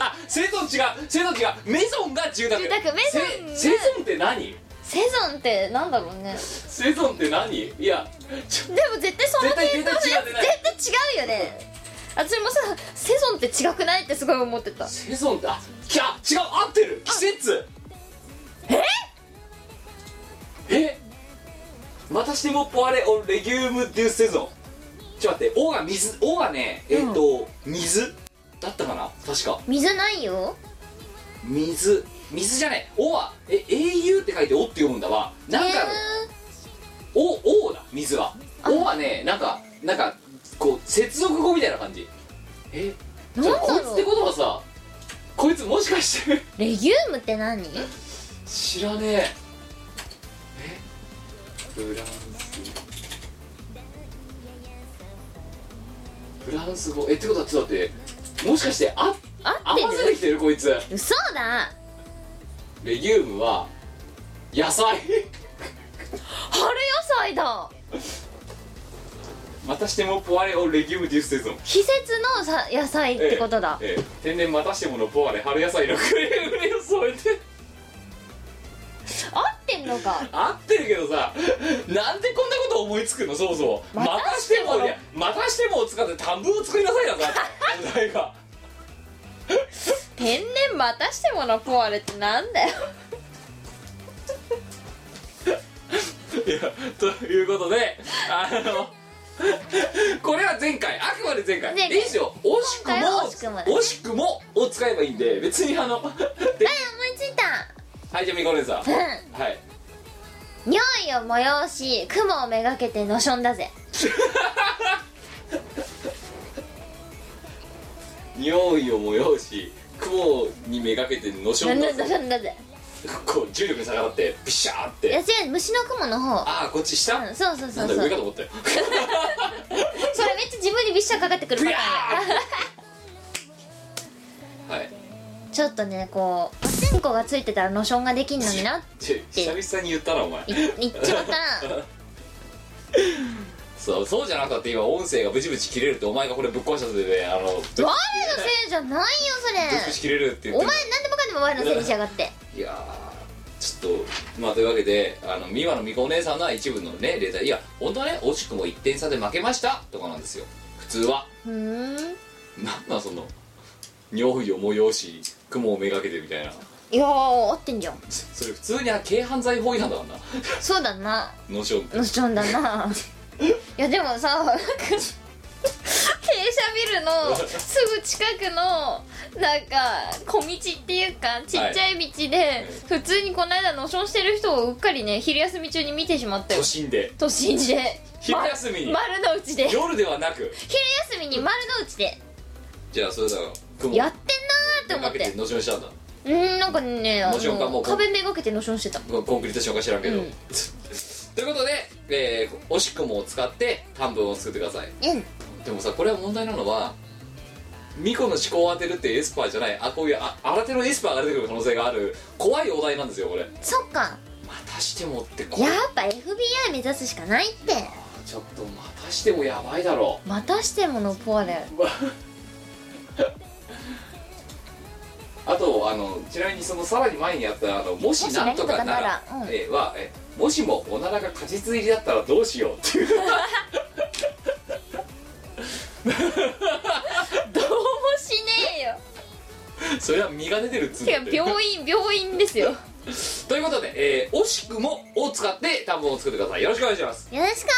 A: あセゾン違うセゾン違うメゾンが住宅
B: 住宅メゾンが
A: セセゾンって何
B: セゾンってなんだろうね
A: セゾンって何いやちょ
B: でも絶対その系統のやつ
A: 絶対絶対違うね
B: 絶対違うよね私もさセゾンって違くないってすごい思ってた
A: セゾンってあきゃ違う合ってる季節ええまたしてもポアレオンレギュームデュセゾンちょっと待って「お」が水「お」がねえっ、と、水だったかな確か
B: 水ないよ
A: 水水じゃない「お」は「え au」って書いて「お」って読むんだわなんかの「お」「お」だ水は「お」はねなんかなんかこう接続語みたいな感じえ
B: なん
A: じ
B: だ
A: ゃあ
B: ろ
A: こ
B: う
A: いつってことはさこいつもしかして
B: レギュームって何
A: 知らねええフランスフランス語えってことはちょっと待ってもしかしてあ
B: 合っ
A: 合わせ
B: て
A: て
B: る
A: きてるこいつ
B: 嘘だ
A: レギュームは野菜
B: 春野菜だ
A: またしてもポワレをレギュームディステゾン
B: 季節のさ野菜ってことだ、
A: ええええ天然またしてものポワレ春野菜のクレームレを添えて
B: 合ってんのか
A: 合ってるけどさなんでこんなこと思いつくのそうそうま
B: ま
A: た
B: た
A: し
B: してて
A: も
B: も
A: いやまたしてもを使って田んぼを作りなさいなんだお題が
B: 天然またしてものポワレってなんだよ
A: いやということであのこれは前回あくまで前回
B: 前回
A: いいですよ惜しくも
B: 今回は惜しくもだね
A: 惜しくもを使えばいいんで別にあ
B: [LAUGHS]
A: ので
B: 思いついた
A: はいじゃあみこねさん
B: う
A: はい
B: ん匂いを催し雲をめがけてのしょんだぜ
A: 匂いを催し雲にめがけてのしょ
B: の
A: んだ
B: し
A: ぜ
B: ょんだぜ
A: こう重力に逆らってピシャーっ
B: いや違
A: て
B: う虫の雲の方
A: ああこっち下、
B: うんそうそう
A: な
B: そ
A: ん
B: う
A: だ
B: そうそ
A: 上
B: れめ
A: か
B: っ
A: と思った
B: [LAUGHS]
A: よ
B: ちゃ自分にびっしゃかかってくるパターンだ
A: はい
B: ちょっとねこうお線香がついてたらのしょんができんのにな
A: ち久々に言ったなお前
B: い言っちまったな
A: そうそうじゃなくたって今音声がブチブチ切れるってお前がこれぶっ壊したせいであのブチ
B: 我のせいじゃないよ
A: ブチ
B: そ
A: 切れるって
B: れ
A: 言
B: お
A: っ
B: 前
A: て
B: 何でもかんでも我のせいにしやがって
A: いやーちょっとまあというわけであの美和の美子お姉さんが一部のねレーターいや本当はね惜しくも1点差で負けましたとかなんですよ普通は
B: ふーん
A: なんなんその尿意を催し雲をめがけてみたいない
B: やー合ってんじゃん
A: それ普通に軽犯罪法違反だからな
B: そうだな
A: ノーション
B: のしょんだ [LAUGHS] ないやでもさなんか傾斜ビルのすぐ近くのなんか小道っていうかちっちゃい道で普通にこの間のしょんしてる人をうっかりね昼休み中に見てしまったよ
A: 都心で
B: 都心で
A: 昼休みに
B: ま丸の内で昼
A: 夜ではなく
B: 休みに丸の内で
A: じゃあそれだろ雲
B: やってんなーっ
A: かけ
B: て
A: て
B: 思って
A: ノーションしたんだ
B: うんなんかねあ
A: もちろんかも
B: の
A: う
B: 壁めがけてのしょんしてた
A: コンクリートしようか知らんけど、
B: うん
A: ということで、えー惜しくもを使って短文を作ってください
B: うん
A: でもさこれは問題なのはミコの思考を当てるってエスパーじゃないあこういうあ新手のエスパーが出てくる可能性がある怖いお題なんですよこれ
B: そっか
A: またしてもってこ
B: や
A: れ
B: っぱ FBI 目指すしかないって
A: ちょっとまたしてもやばいだろ
B: またしてものポワレ
A: うわあとあのちなみにそのさらに前にやったあの「もしなんとかなら」
B: もしなんとかならうん
A: えーはえーもしもおならが果実入りだったらどうしよう」っていう
B: どうもしねえよ
A: それは身が出てるっつうん
B: て
A: だって
B: か病院病院ですよよ
A: ということで、えー惜しくもを使って単語を作ってくださいよろしくお願いします
B: ろしく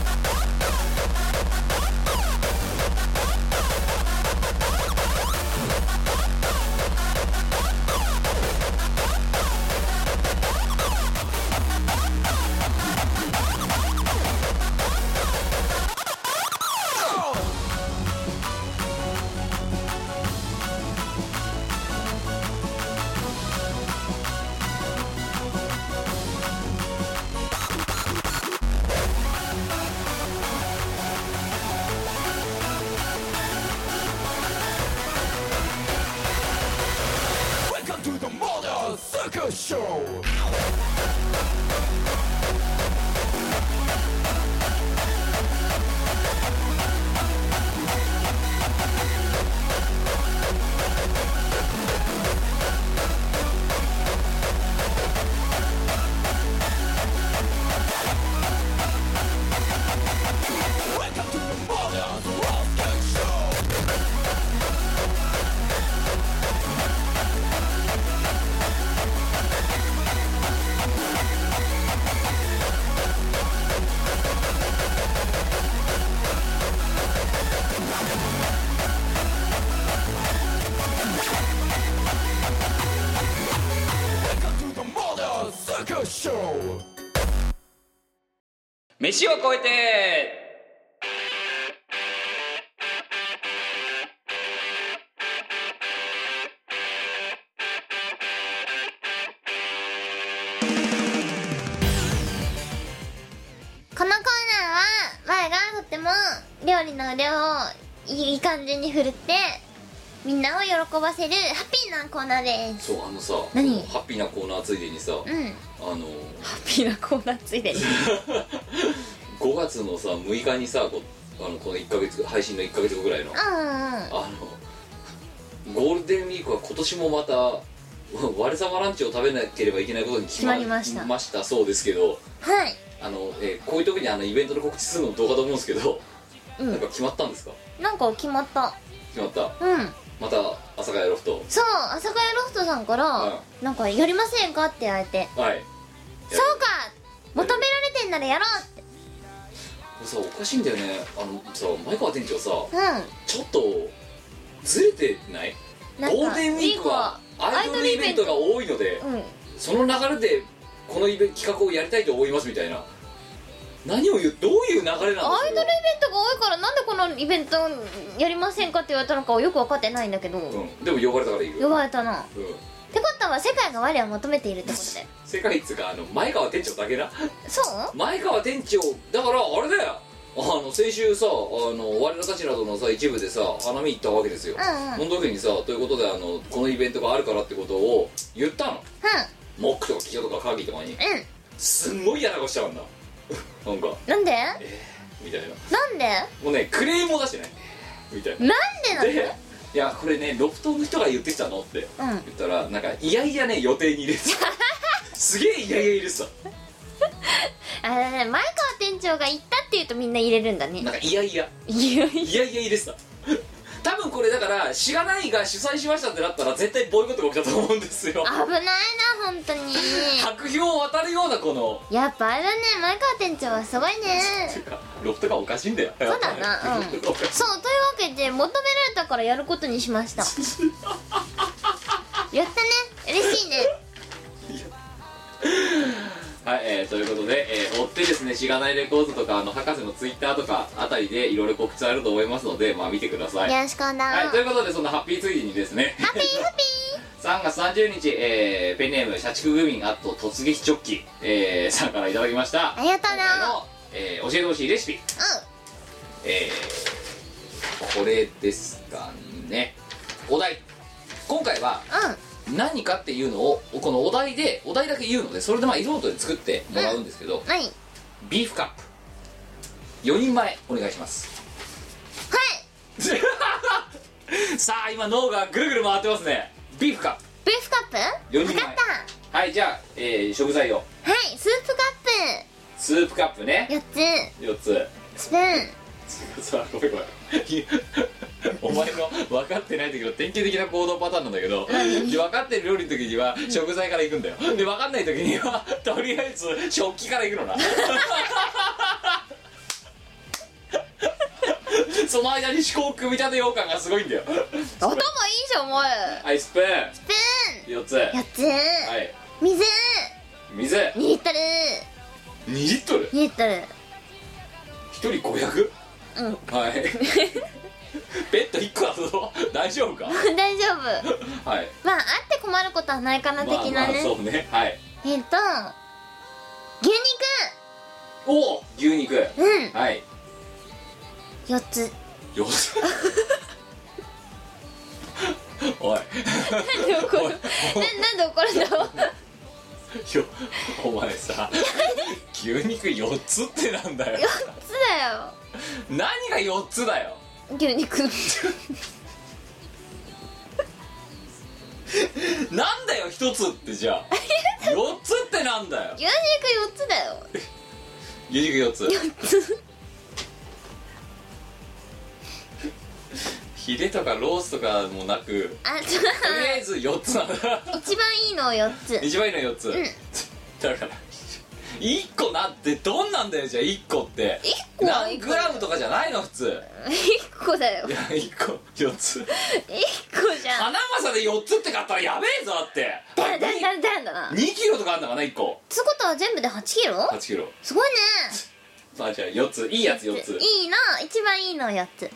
E: 「
F: Mother Sucker Show!
A: 飯を超えて
G: このコーナーは、我がとっても料理の腕をいい感じに振るって、みんなを喜ばせるハッピーなコーナーで
A: そ
G: す。
A: うあのさ
G: 何
A: ハッピーなコーナーついでにさ、
G: うん。ハ
A: あの [LAUGHS]
G: ッピーなコーナーついでに。
A: 5月のさ6日にさこあのこの1ヶ月配信の1ヶ月後ぐらいの
G: うんうんうん。
A: あのゴールデンウィークは今年もまた [LAUGHS] わ我様ランチを食べなければいけないことに決ま
G: 決まりました
A: そうですけど
G: はい。
A: あの、えーこういう時にあのイベントの告知するのもどうかと思うんですけど、
G: うん
A: なんか決まったんですか
G: なんか決まった。
A: 決まった
G: うん。
A: また阿佐ヶ谷ロフト
G: そう、阿佐ヶ谷ロフトさんから、なんかやりませんかって言われて、
A: はい
G: そうか求められてんならやろ
A: これさおかしいんだよねあのさ前川店長さ
G: うって。
A: ちょっとずれてない
G: うん。なんか
A: ゴールデンウィークはアイドルイベントが多いので、
G: うん。
A: その流れでこのイベ企画をやりたいと思いますみたいな何を言うどういう流れなんですか
G: アイドルイベントが多いからなんでこのイベントやりませんかって言われたのかはよく分かってないんだけど、
A: うん、でも呼ばれたから行く
G: 呼ばれたなっ
A: うん、
G: てことは世界が我を求めているってことだよ
A: 世界一があの前川店長だけな
G: そう
A: 前川店長だからあれだよあの先週さあの我らたちなどのさ一部でさ花見行ったわけですよ、
G: うんうん
A: その時にさということであのこのイベントがあるからってことを言ったのモックとかキヨとかカーキーとかに
G: うんうん
A: すんごい嫌な顔しちゃうんだなんか
G: なんで
A: みたいな
G: なんで
A: もうねクレームも出してないみたいな
G: なんで
A: で「いやこれねロフトの人が言ってきたの?」って
G: なのうん
A: 言ったらなんかいやいやね予定に
G: [LAUGHS]
A: 入れてたすげえいやいや入れてた
G: あれだね前川店長が言ったって言うとみんな入れるんだね
A: なんかいやいや
G: いやい
A: いやいや入れてた多分これだから「しがない」が主催しましたってなったら絶対ボイコットが起きたと思うんですよ
G: や危ないな本当に
A: 白票を渡るようなこの
G: やっぱあれだね前川店長はすごい
A: てい
G: ね
A: うかロフトがおかしいんだよ
G: そうだなう
A: ロ
G: ん
A: フトが
G: そうというわけで求められたからやることにしましたやったね嬉しいね
A: はい、えーということで、えー追ってですねしがないレコードとかあの博士のツイッターとかあたりでいろいろ告知あると思いますのでまあ見てください
G: よろしくな、
A: はい、
G: ハ
A: ということでそんなハッピーついでにですね
G: ッピーハッピー
A: 3月30日、えーペンネーム社畜グミンあと突撃チョッキ、えーさんからいただきました
G: ありがとうな
A: の、えー教えてほしいレシピ、えーこれですかねお題今回は何かっていうのをこのお題でお題だけ言うのでそれでまあ色ごとで作ってもらうんですけど、
G: うんはいはい
A: ビーフカップ4人前お願いします [LAUGHS] さあ今脳がぐるぐる回ってますねビーフカップ
G: ビーフカップ
A: 四
G: わ
A: 人前
G: かった
A: はいじゃあ、えー食材を
G: はいスープカ
A: スープカップね
G: ップ4
A: 4つ
G: つスプーン
A: さあごめんごめんお前の分かってない時の典型的な行動パターンなんだけどで分かってる料理の時には食材から行くんだよで分かんない時にはとりあえず食器から行くのなその間に思考を組み立てよう感がすごいんだよ
G: 頭いいじゃんお前
A: はいスプー
G: スプ
A: ン4つは
G: ーン4つ、
A: い
G: 水
A: 水2
G: 2リットル
A: リットル
G: 2リットル
A: 1人 500?
G: うん
A: はい
G: [LAUGHS]
A: ベッド1個だぞ大丈夫か
G: 大丈夫
A: はい
G: まああって困ることはないかな的なね、
A: そうねはい
G: えっと牛
A: おお牛肉
G: 肉うん
A: はい
G: 4つ
A: よし [LAUGHS] おい
G: なんで怒るななんで怒
A: [LAUGHS]
G: るの
A: よお前さ牛肉4つってなんだよ
G: つだ
A: 何が4つだよ
G: よ牛肉
A: なんだよ1つってじゃあ4つってなんだよ
G: 牛肉4つだよ
A: 牛肉4つヒレとかロースとかもなく
G: あと
A: とりあえず4つなんだ
G: 一番いいの4つ
A: 一番いいの4つ、
G: ん
A: だから1個なんてどんなんだよじゃあ1個って
G: 1個は
A: 何
G: 1個
A: グラムとかじゃないの普通
G: 1個だよ
A: いや1個4つ
G: 1個じゃん
A: 花正で4つって買ったらやべえぞだって
G: [LAUGHS] だんだんだんだんだな
A: 2キロとかあんだからな1個
G: つうことは全部で8キロ
A: 8キロ
G: すごいね
A: まあじゃあ4ついいやつ4つ
G: いいの一番いいの4つ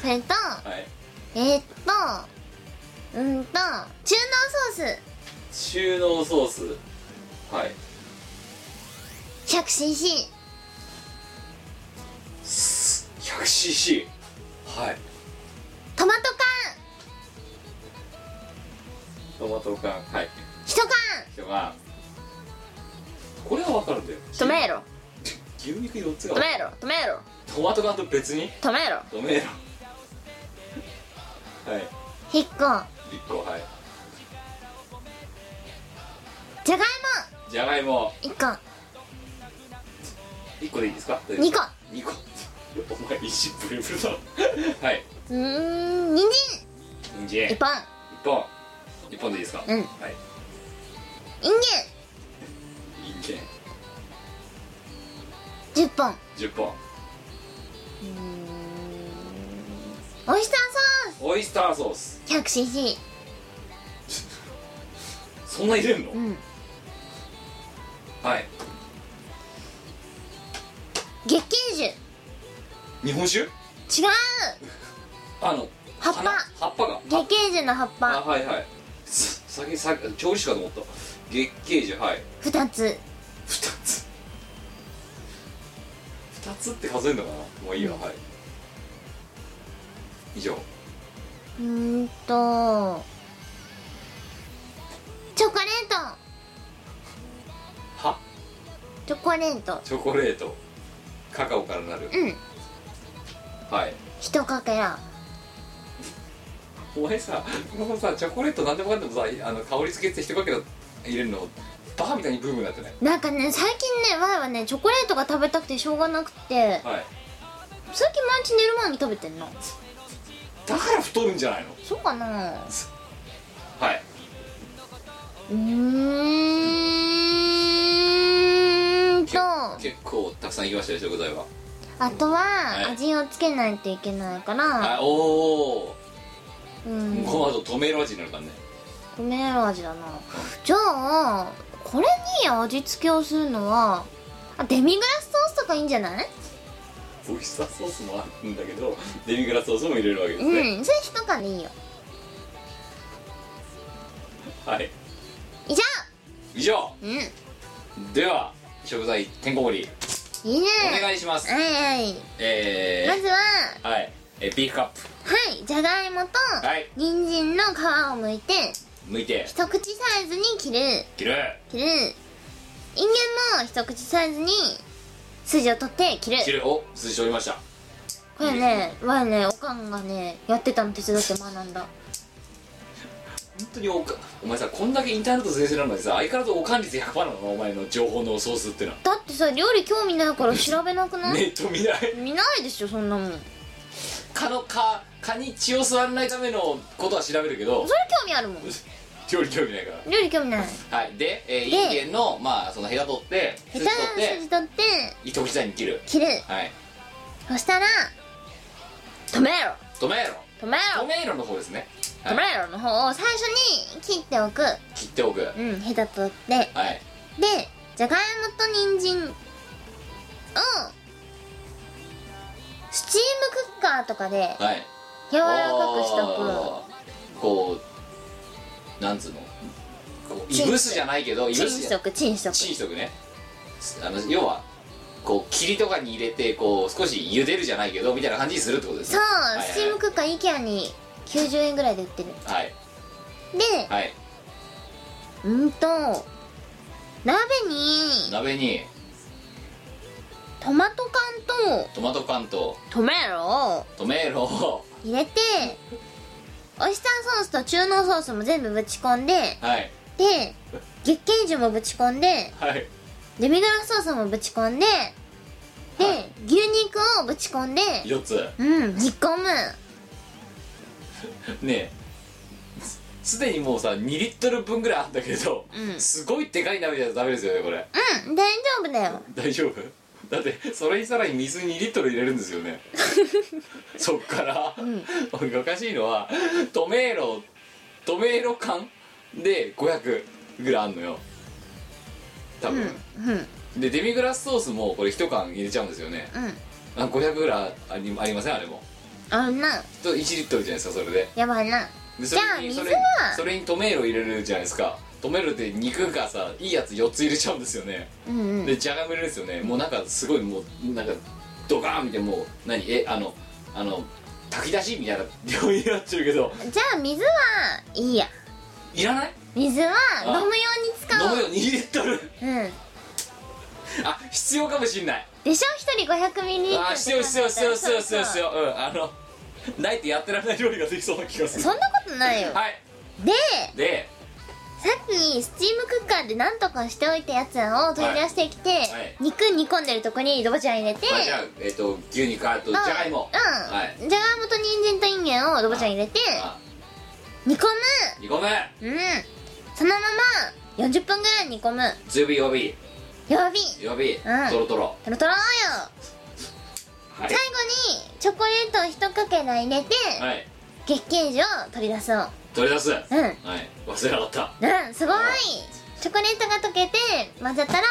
G: それと
A: はい
G: えー、っとうんと中濃ソー
A: 収納ソースはい
G: ス 100cc
A: 100cc はい
G: トマト缶
A: トマト缶はい
G: 1缶
A: 人がこれはわかるんだよ
G: 止めろ
A: 牛肉4つが
G: 止めろ止めろ
A: トマト缶と別に
G: 止めろ
A: 止めろはい
G: 1個
A: 1個はい
G: じゃがい
A: じゃがいも
G: も1個
A: 1個でいいですか2
G: 二個
A: 2個お前石プリプリだなはいう
G: ーん人参
A: 人参
G: 1本
A: 一本一本でいいですか
G: うん
A: はい
G: イン
A: 人参
G: ゲン10本
A: 10本
G: オイスターソ
A: オイスターソース
G: ース 100cc
A: そんな入れんの、
G: ん
A: はい
G: 月桂樹違う
A: 日本酒あの
G: 葉っぱ
A: 花葉っぱが
G: 月桂樹の葉っ
A: あ
G: ぱ
A: はいはいす先さ調理師かと思った月桂樹はい
G: 2つ
A: 2つ2つって数えるのかなもういいわはい以上
G: うーんとチョコレー
A: は
G: トチョコレート
A: チョコレートカカオからなる
G: うん
A: はい
G: 一かけら
A: お前さこのさチョコレート何でもかんでもさあの香り付けって一かけら入れるのバカみたいにブームになってない
G: なんかね最近ねワイはねチョコレートが食べたくてしょうがなくて
A: はい
G: 最近毎日寝る前に食べてんの
A: だから太るんじゃないの
G: そうかな
A: はいう
G: ーんと
A: 結構たくさんいきましたよ食材は、
G: あと
A: い
G: は味をつけないといけないから
A: あおお、
G: うん
A: この後止める味になるからね
G: 米の味だなじゃあこれに味付けをするのはあデミグラスソースとかいいんじゃない
A: オイスターソースもあるんだけどデミグラスソースも入れるわけで
G: う
A: すね、
G: んそれ一缶でいいよ
A: はい
G: 以上
A: 以上
G: うんい
A: では食材てんこ盛り
G: いね
A: お願いします、
G: はいはい
A: え
G: まずは
A: ー、はいえビーフカップ
G: はいじゃがいもと
A: はい
G: 人参の皮を剥いて
A: 剥いて
G: 一口サイズに切る
A: 切る
G: 切るいんげんも一口サイズに筋を取って切る
A: 切るお筋取りました
G: これねわいねおかんがねやってたの手伝って学んだ
A: 本当におかお前さこんだけインターネット先生なのにさ相変わらずおかん率100%なのお前の情報のソースってのは
G: だってさ料理興味ないから調べなくない、
A: ネット見ない
G: 見ないでしょそんなもんそれ
A: 蚊の蚊蚊に血を吸わないためのことは調べるけど
G: 興味あるもん
A: 料理興味ないか
G: 料理興味ない
A: らはいで、えー、インゲンのまあそのヘタ取って
G: 下手
A: 筋
G: な
A: 取って
G: 筋取って
A: 糸口大に切る
G: 切る
A: はい
G: そしたら止めろ
A: 止めろ
G: 止め
A: 止
G: ろ
A: めろの方ですね
G: 止めろの方を最初に切っておく
A: 切っておくはい
G: うんヘタ取ってでじゃがいもと人参をスチームクッカーとかで
A: はい
G: 柔らかくしと
A: くこうなんつうのこうい
G: チン
A: ぶすじゃないけどい
G: く
A: ぶ
G: チン
A: す
G: し
A: じゃ
G: とくチンしとく
A: チンしとくねあの要はこう霧とかに入れてこう少し茹でるじゃないけどみたいな感じにするってことです
G: そ
A: ね
G: う、
A: はいはい
G: スチームクッカー IKEA に90円ぐらいで売ってる
A: はい
G: で
A: はいう
G: ーんと鍋に
A: 鍋に
G: トマト缶と
A: トマト缶と
G: トメロを
A: トメーロを [LAUGHS]
G: 入れてオイスターソースと中濃ソースも全部ぶち込んで
A: はい
G: で月桂樹もぶち込んで
A: はい
G: デミグラスソースもぶち込んでで、
A: はい
G: 牛肉をぶち込んで
A: 4つ
G: うん煮込む
A: ねえすすでにもうさ2リットル分ぐらいあったけど、
G: うん
A: すごいでかい鍋じゃダメですよねこれ
G: うん大丈夫だよ
A: 大丈夫だってそれにさらに水2リットル入れるんですよ
G: [LAUGHS]
A: ねそっから、おかしいのはトメーロトメーロ缶で500ぐらいあんのよ多分、
G: うんうん
A: でデミグラスソースもこれ1缶入れちゃうんですよねあ500ぐらいありありませんあれも
G: あんな
A: と1リットルじゃないですかそれで
G: やばいな
A: で
G: じゃあ
A: それにそ
G: 水は
A: れそれにトメールを入れるじゃないですかトメールって肉がさいいやつ4つ入れちゃうんですよね
G: うんうん
A: でじゃがいも入れるんですよねもうなんかすごいもうなんかドカーンみたいなもう何えあのあの炊き出しみたいな量になっちゃうけど
G: じゃあ水はいいや
A: いらない
G: 水は
A: あ
G: 飲むように使お
A: 飲む
G: う
A: よ2リットル
G: うん
A: あ必要かもしんない
G: でしょ一人500ミリリットル
A: あ必要必要必要必要必要必要うんあのないってやってられない料理ができそうな気がする
G: そんなことないよ
A: はい
G: で
A: で
G: さっきスチームクッカーで何とかしておいたやつを取り出してきて、
A: い
G: 肉煮込んでるとこにドボちゃん入れて、
A: まあじゃあえっ、と牛肉あとじゃがいも
G: うん、
A: はい
G: じゃがいもと人参とインゲンをドボちゃん入れて
A: あ
G: 煮込
A: 2個目
G: むうんそのまま40分ぐらい煮込む
A: 強火弱火
G: 弱火
A: 弱火、
G: うん
A: トロトロ
G: トロトロよ
A: はい
G: 最後にチョコレートをひとかけら入れて、
A: はい
G: 月桂樹を取り出そう
A: 取り出すうん
G: うん
A: はい忘れなかった
G: うんすごい
A: あ
G: チョコレートが溶けて混ぜたら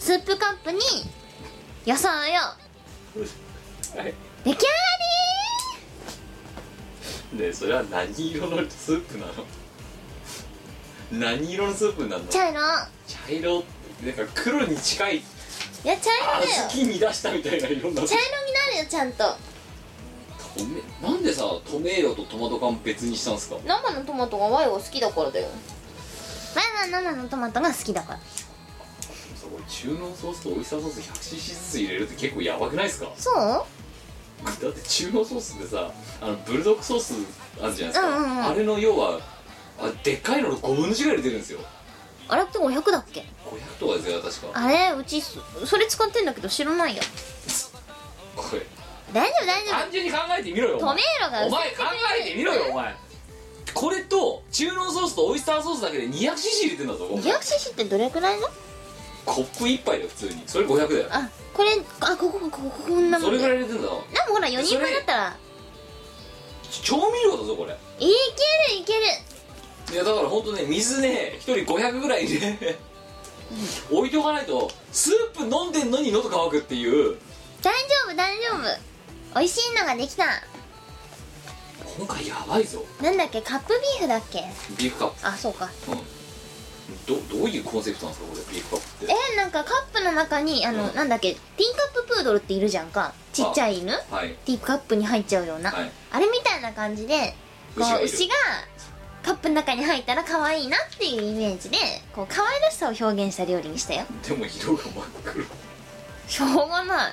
G: スープカップに野菜
A: はい
G: を出来上が
A: でそれは何色のスープなの [LAUGHS] 何色のスープになるの
G: り茶色
A: 茶色なんか黒に近い
G: いや茶色だよ
A: 小豆に出したみたいな色になる
G: 茶色になるよちゃんと
A: トメなんでさトメーロとトマト缶別にしたんですか
G: 生のトマトがワイを好きだからだよワイは生のトマトが好きだから
A: そこ中濃ソースとオイスターソース 100cc ずつ入れるって結構やばくないですか
G: そう
A: だって中濃ソースってさあのブルドックソースあるじゃないですか、
G: うんうんうん
A: あれの要はあでっかいのの5分の1ぐらい出るんですよ
G: あれって500だっけ
A: 500とかですよ確か
G: あれうちそそれ使ってんだけど知らないよ
A: これ
G: 大丈夫大丈
A: 単純に考えてみろよお
G: 夫ト
A: 前
G: メーロが
A: お前考えてみろよお前これと中濃ソースとオイスターソースだけで 200cc 入れてんだぞお前
G: 200cc ってどれくらいの
A: コップ1杯だよ普通にそれ500だよ
G: あこれあここここここんなも
A: そ
G: ん
A: れ
G: だ
A: ぐら
G: よ
A: い入れてんだぞ
G: でもほら4人分だったら
A: 調味料だぞこれ
G: いけるいける
A: いやだから本当ね水ね1人500ぐらいで置いておかないとスープ飲んでんのに喉乾くっていう
G: 大丈夫大丈夫美味しいのができた
A: 今回やばいぞ
G: なんだっけカップビーフだっけ
A: ビーフカッ
G: あそうか
A: プうんどどういうコンセプトなんですかこれビーフカップって
G: えなんかカップの中にあの、
A: うん
G: なんだっけティーカッププードルっているじゃんかちっちゃい犬
A: はい
G: ティーカップに入っちゃうような、
A: はい
G: あれみたいな感じでこ
A: 牛がいうる
G: 牛がカップの中に入ったら可愛いなっていうイメージでこう可愛らしさを表現した料理にしたよ
A: でも色が真っ黒
G: しょうがない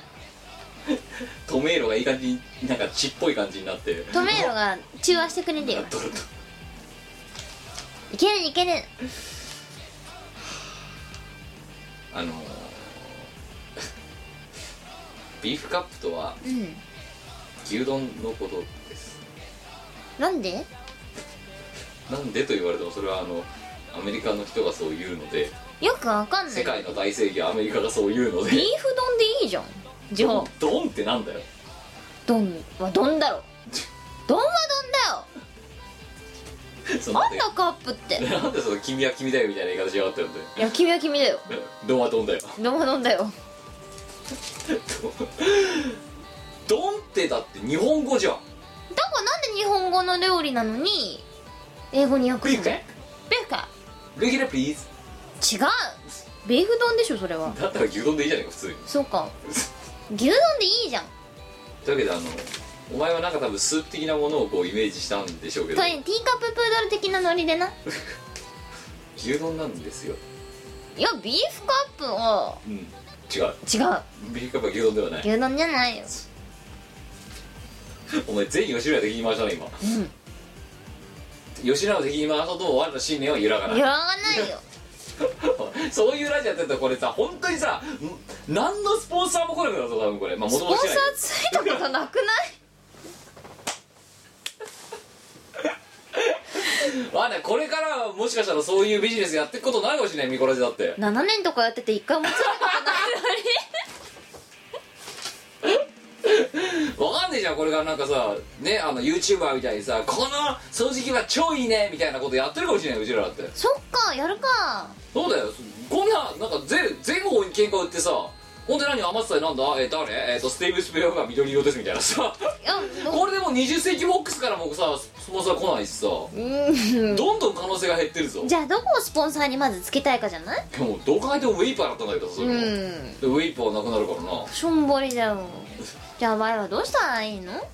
A: トメーロがいい感じになんか血っぽい感じになって
G: トメーロが中和してくれてよ
A: ドロドロ
G: いけるいける
A: あのー [LAUGHS] ビーフカップとは
G: うん
A: 牛丼のことです
G: なんで
A: なんでと言われてもそれはあのアメリカの人がそう言うので
G: よくわかんない
A: 世
G: ビー
A: 界の大正義はアメリカがそう言うので
G: フ丼でいいじゃんじゃあ
A: ドンってなんだよ
G: 丼は丼だろ丼は丼
A: そ
G: だよ
A: の
G: あんだカップって
A: なんでその君は君だよみたいな言い方しやがってるんだよ
G: いや君は君だよ
A: ドンはドンだよ
G: 丼は丼だよ
A: ドンってだって日本語じゃん
G: だからなんで日本語の料理なのに英語に訳
A: ビー
G: す
A: フ
G: の
A: か
G: ベ
A: いレ
G: ーカ
A: ギュラープリーズ
G: ー違うビーフ丼でしょそれは
A: だったら牛丼でいいじゃないか普通に
G: そうか牛丼でいいじゃん
A: というわけであのお前はなんか多分スープ的なものをこうイメージしたんでしょうけど
G: とにティーカッププードル的なノリでない
A: 牛丼なんですよ
G: やビーフカップは
A: うん違う
G: 違う
A: ビリカップは牛丼ではない
G: 牛丼じゃないよ
A: お前全員吉村敵に回したな今
G: うん
A: 吉村を敵に回そうとも我の信念は揺らがない
G: やらない [LAUGHS] よ
A: [LAUGHS] そういうラジオやってるとこれさ本当にさん何のスポンサーも来なくなるぞ多分これまあ
G: ス
A: 元
G: ポ
A: 々
G: ン
A: し
G: サ
A: てない
G: ーついたことな [LAUGHS] くな
A: まあねこれからはもしかしたらそういうビジネスやっていくことになるかもしれないミコラジだって
G: い7年とかやってて一回もついたことないのに
A: わかんねえじゃんこれからなんかさねあの YouTuber みたいにさこの掃除機は超いいねみたいなことやってるかもしれないうちらだって
G: [LAUGHS] そっかやるか
A: そうだよこんななんか全全方に喧嘩売ってさほんで何余ってたよなんだえー誰えっ、とスティーブ・スペアが緑色ですみたいなさ
G: い [LAUGHS] やもう
A: これでもう20世紀ボックスからもうさスポンサー来ないしさ
G: うん
A: どんどん可能性が減ってるぞ
G: じゃあどこをスポンサーにまずつけたいかじゃない
A: でもどう考えてもウェイパーだったんだけどそれ
G: う
A: も、で
G: ん
A: ウェイパーなくなるからな
G: しょんぼりだよじゃあお前はどうしたらいいの違うよ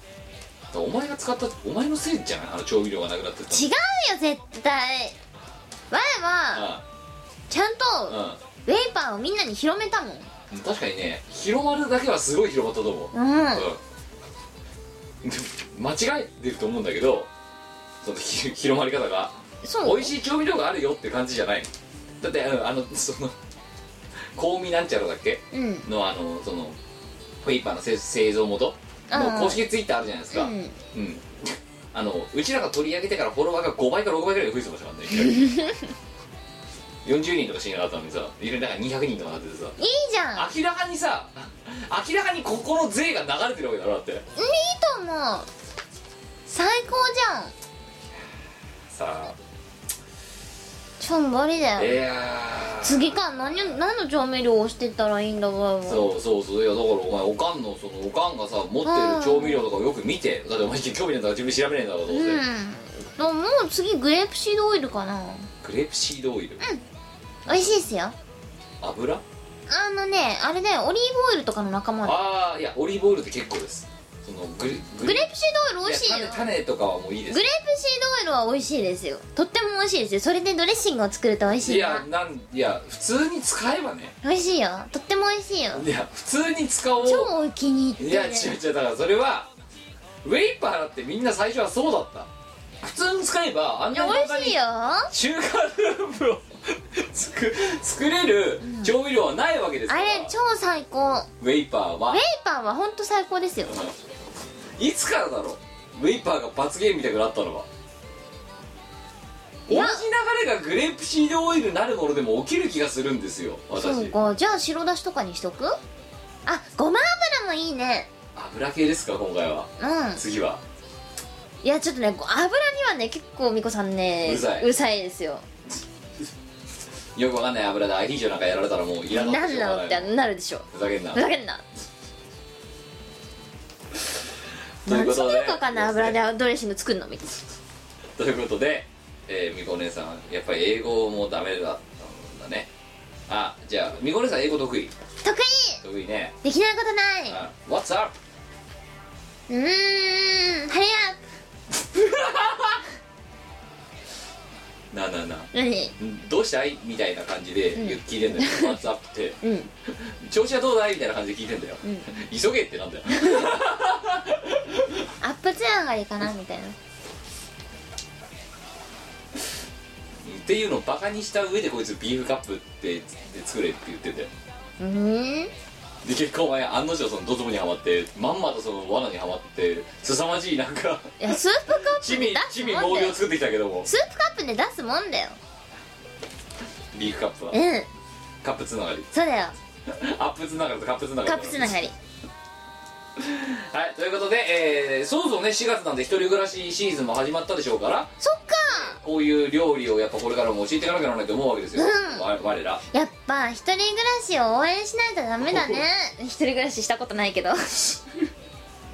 A: お前が使ったお前のせいじゃないあの調味料がなくなってたの
G: 絶対我は
A: あ
G: ちゃん
A: あ
G: とウェイパーをみんなに広めたもん
A: うん確かにね広まるだけはすごい広まったと思う、
G: うん
A: うんでも間違えてると思うんだけどそのひ広まり方が
G: そう
A: 美味しい調味料があるよって感じじゃないだってうんあのその香味なんちゃらだっけ
G: うん
A: のあのそのウェイパーの製製造元
G: ああ
A: の公式ツイッターあるじゃないですか、
G: うん
A: うん、 [LAUGHS] あのうちらが取り上げてからフォロワーが5倍か6倍ぐらい増えてましたからねいきなり
G: [LAUGHS]
A: 40人とか死になかったのにさいるなんか200人とかなっててさ
G: いいじゃんいい
A: 明らかにさ明らかにここの税が流れてるわけだろだって
G: と思う最高じゃん
A: さ
G: ちょんぼり
A: あ
G: だ
A: い
G: よ
A: やー
G: 次から何何の調味料を押してったらいいんだわう
A: そうそうそういやだからお前おかんのそのおかんがさ持ってる調味料とかをよく見てだってお前興味ないんだから自分で調べないんだからどうせ、
G: うんでももう次グレープシードオイルかな
A: グレープシードオイル、
G: 美味しいですよ
A: 油
G: あのねあれだよオリーブオイルとかの仲間だ
A: ああいやオリーブオイルって結構ですそのグレグ
G: グレープシードオイル美味しいよ
A: や種種とかはもういいです
G: グレープシードオイルは美味しいですよとっても美味しいですよそれでドレッシングを作ると美味し
A: い
G: い
A: や
G: な
A: なんいや普通に使えばね
G: 美味しいよとっても美味しいよ
A: いや普通に使おう
G: 超お気に入っ
A: い
G: て
A: や
G: る
A: 違う違うだからそれはウェイパーだってみんな最初はそうだった普通に使えばあん
G: い
A: な
G: や
A: に
G: 美味しいよ
A: 中華ループを [LAUGHS] 作作れる調味料はないわけですか
G: あ
A: ら、
G: れ超最高ウ
A: ウェイパーは
G: ェイパーは本当最高ですよ
A: いつからだろうウェイパーが罰ゲームみたくなったのは同
G: い
A: じ
G: や
A: 流れがグレープシードオイルなるものでも起きる気がするんですよ
G: そう
A: 私
G: かじゃあ白だしとかにしとくあごま油もいいね
A: 油系ですか今回は
G: うん
A: 次はい
G: やちょっとね油にはね結構みこさんね
A: うざいう
G: ざいですよ
A: よくわかんない油でアヒージョなんかやられたらもういらな
G: な
A: くて
G: る
A: しょう
G: だ
A: がな
G: ろう
A: い
G: ってなるでしょ
A: ふざけんな
G: ふざけんな
A: という
G: 何
A: ことで
G: 秒かかな油でドレッシング作るのみたい
A: ということで、えーみこお姉さんやっぱり英語もダメだったんだねあじゃあみこお姉さん英語得意
G: な得意
A: 得意ね
G: できないことない
A: あ What's up?
G: うーんはや
A: なあなあなあ
G: 何
A: んどうしたいみたいな感じで言う聞いて
G: [LAUGHS]
A: んだよ、What's up? って
G: うん
A: 調子はどうだいみたいな感じで聞いてんだよ、
G: ん
A: [LAUGHS] 急げってなんだよ
G: アップツアーがいいかなみたいな
A: っていうのをバカにした上でこいつビーフカップってで作れって言ってんだよ
G: うーん
A: で結構お前案の定そのドツボにはまってまんまとその罠にはまって凄まじいなんか
G: いやスープカッ
A: 地
G: プで
A: 味地
G: 出す
A: 味
G: もん
A: 毛
G: だ
A: 量
G: よ
A: 作ってきたけども
G: スープカップで出すもんだよ
A: ビーフカップは
G: うん
A: カップつながり [LAUGHS]
G: そうだよ
A: アップつながりとカップつながり
G: カップつながり
A: はいということで、えー、そろそろね4月なんで一人暮らしシーズンも始まったでしょうから
G: そっか
A: こういう料理をやっぱこれからも教えていかなきゃならないと思うわけですよ、
G: うん
A: 我我ら
G: やっぱ一人暮らしを応援しないとダメだね一人暮らししたこと
A: [LAUGHS]
G: ないけど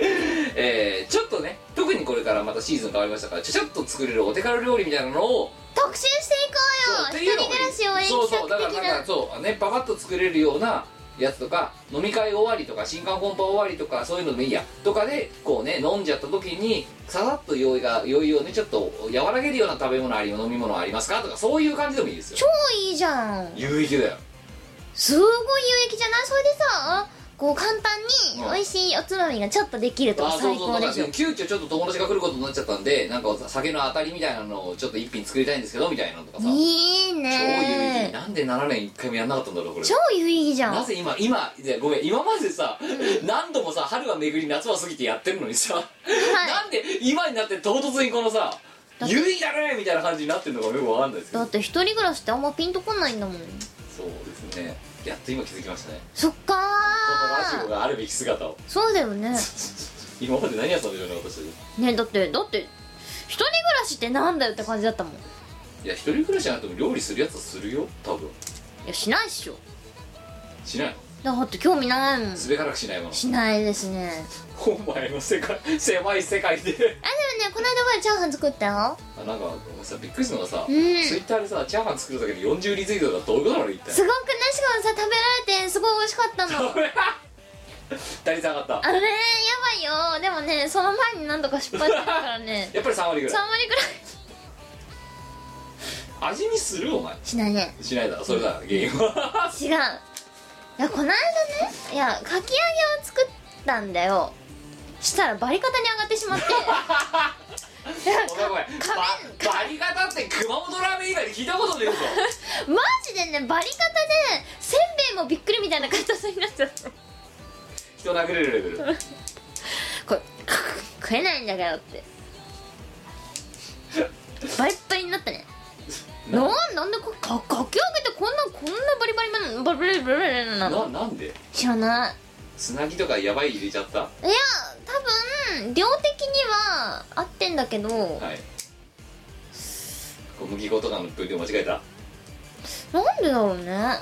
A: えー、ちょっとね特にこれからまたシーズン変わりましたからちょちょっと作れるお手軽料理みたいなのを
G: 特集していこうよ
A: って
G: 一
A: いうの
G: 人
A: も
G: 暮らし応援
A: そうそうだ
G: 企
A: か
G: 画
A: ら
G: 的
A: なん
G: な
A: かそうねパパッと作れるようなやつとか飲み会終わりとか新刊コンパ終わりとかそういうのでもいいやとかでこうね飲んじゃった時にささっと酔いが酔いをねちょっと和らげるような食べ物あり飲み物ありますかとかそういう感じでもいいですよ
G: 超いいじゃん
A: 有益だよ
G: すごい有益じゃないそれでさこう簡単
A: うん
G: に美味しいおつまみがちょっとできると
A: あそ
G: か
A: う
G: 最
A: そう
G: 高
A: だか
G: で
A: ら
G: しょ
A: 急遽ちょっと友達が来ることになっちゃったんでなんか酒の当たりみたいなのをちょっと一品作りたいんですけどみたいなのとかさ
G: いい
A: 超有益
G: ね
A: なんで7年1回もやんなかったんだろうこれ
G: 超有意義じゃん
A: なぜ今今いやごめん今までさ、何度もさ春は巡り夏は過ぎてやってるのにさ、なんで今になって唐突にこのさ「有意義だね!」みたいな感じになってるのかよく分かんないですけ
G: だ
A: ど
G: って一人暮らしってあんまピンとこないんだもん
A: そうですねやっと今気づきましたね
G: そっか
A: このラジオ
G: ー
A: があるべき姿を
G: そうだよね
A: 今まで何やってたんでしょうね私い
G: ねだってだって一人暮らしってなんだよって感じだったもんい
A: や一人暮らしじゃなくても料理するやつはするよ多分
G: やしないっしょ
A: しないの
G: だって興味ないもん
A: すべからくしないもの
G: しないですね
A: お前の世界狭い世界で
G: あでもねこの間までチャーハン作ったよ
A: あなんかさびっくりするのがさ、
G: うん
A: ツイッターでさチャーハン作るだけで40リツイートだとどういうことなの一体
G: すごくねしかもさ食べられてすごい美味しかっ
A: [LAUGHS]
G: たの
A: 足りなかった
G: あれねやばいよでもねその前に何度か失敗してるか
A: [LAUGHS]
G: らね
A: やっぱり3割ぐ
G: 3
A: らい
G: 割ぐらい
A: 味見するお前
G: しないね
A: しないだろそれだ原因は
G: 違ういやこの間ねいやかき揚げを作ったんだよしたらバリカタに上がってしまっていや
A: お前お前
G: か
A: ばバリ方って熊本ラーメン以外で聞いたことねえぞ
G: マジでねバリカタでせんべいもびっくりみたいな形になっちゃった
A: 人殴れるレベル
G: これく食えないんだからってバリッバリになったねな
A: なん
G: なんでこかかき揚げってこんなこんなバリバリなのバリバリバリバリなの
A: ななんで
G: 知らない
A: つなぎとかやばい入れちゃったはい
G: や多分量的には合ってんだけど、
A: い小麦粉とかの分量間違えた
G: なんでだろうね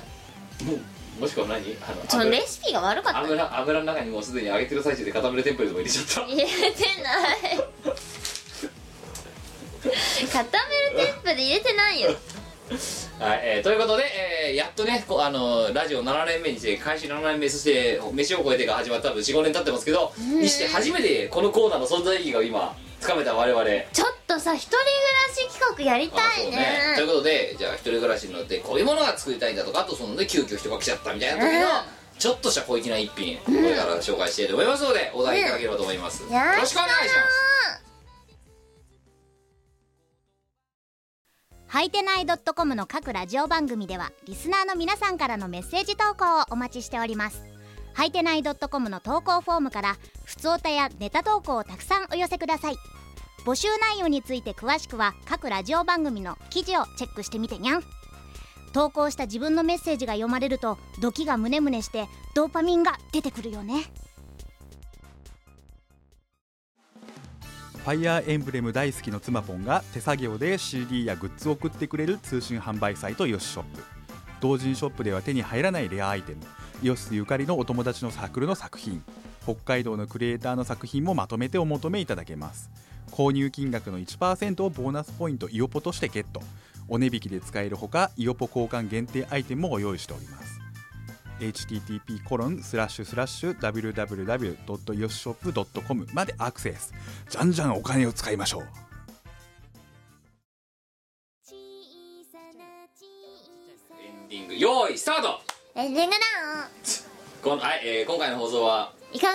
A: もうもしくは何あの
G: その
A: 油
G: レシピが悪かった入
A: 油油の中にもうすでに揚げてる最中で固めるテンプレートも入れちゃった
G: れてない固めるテープで入れてないよ
A: はい、えーということで、えーやっとねこうあのーラジオ7年目にして開始7年目そして「飯を超えて」が始まった多分45年経ってますけどにして初めてこのコーナーの存在意義が今つかめた我々
G: ちょっとさ一人暮らし企画やりた
A: あ
G: い
A: そう
G: ね
A: ということでじゃあ一人暮らしになってこういうものが作りたいんだとかあとそのね急遽人が来ちゃったみたいな時の、
G: うん
A: ちょっとした小粋な一品これから紹介していと思いますのでお題いただければと思います、
G: ん
A: よろしくお願いします
C: はいてない .com の各ラジオ番組ではリスナーの皆さんからのメッセージ投稿をお待ちしておりますはいてない .com の投稿フォームから普通歌やネタ投稿をたくさんお寄せください募集内容について詳しくは各ラジオ番組の記事をチェックしてみてにゃん投稿した自分のメッセージが読まれるとドキがムネムネしてドーパミンが出てくるよね
H: ファイアーエンブレム大好きの妻ポンが手作業で CD やグッズを送ってくれる通信販売サイトヨシショップ同人ショップでは手に入らないレアアイテムヨシスゆかりのお友達のサークルの作品北海道のクリエイターの作品もまとめてお求めいただけます購入金額の1%をボーナスポイントイオポとしてゲットお値引きで使えるほかイオポ交換限定アイテムもご用意しております http コロンスラッシュスラッシュ www.yoshop.com までアクセスじゃんじゃんお金を使いましょう
A: エンディング用意スタート
G: エンディングだ
A: こん、はいえー今回の放送は
G: おいかが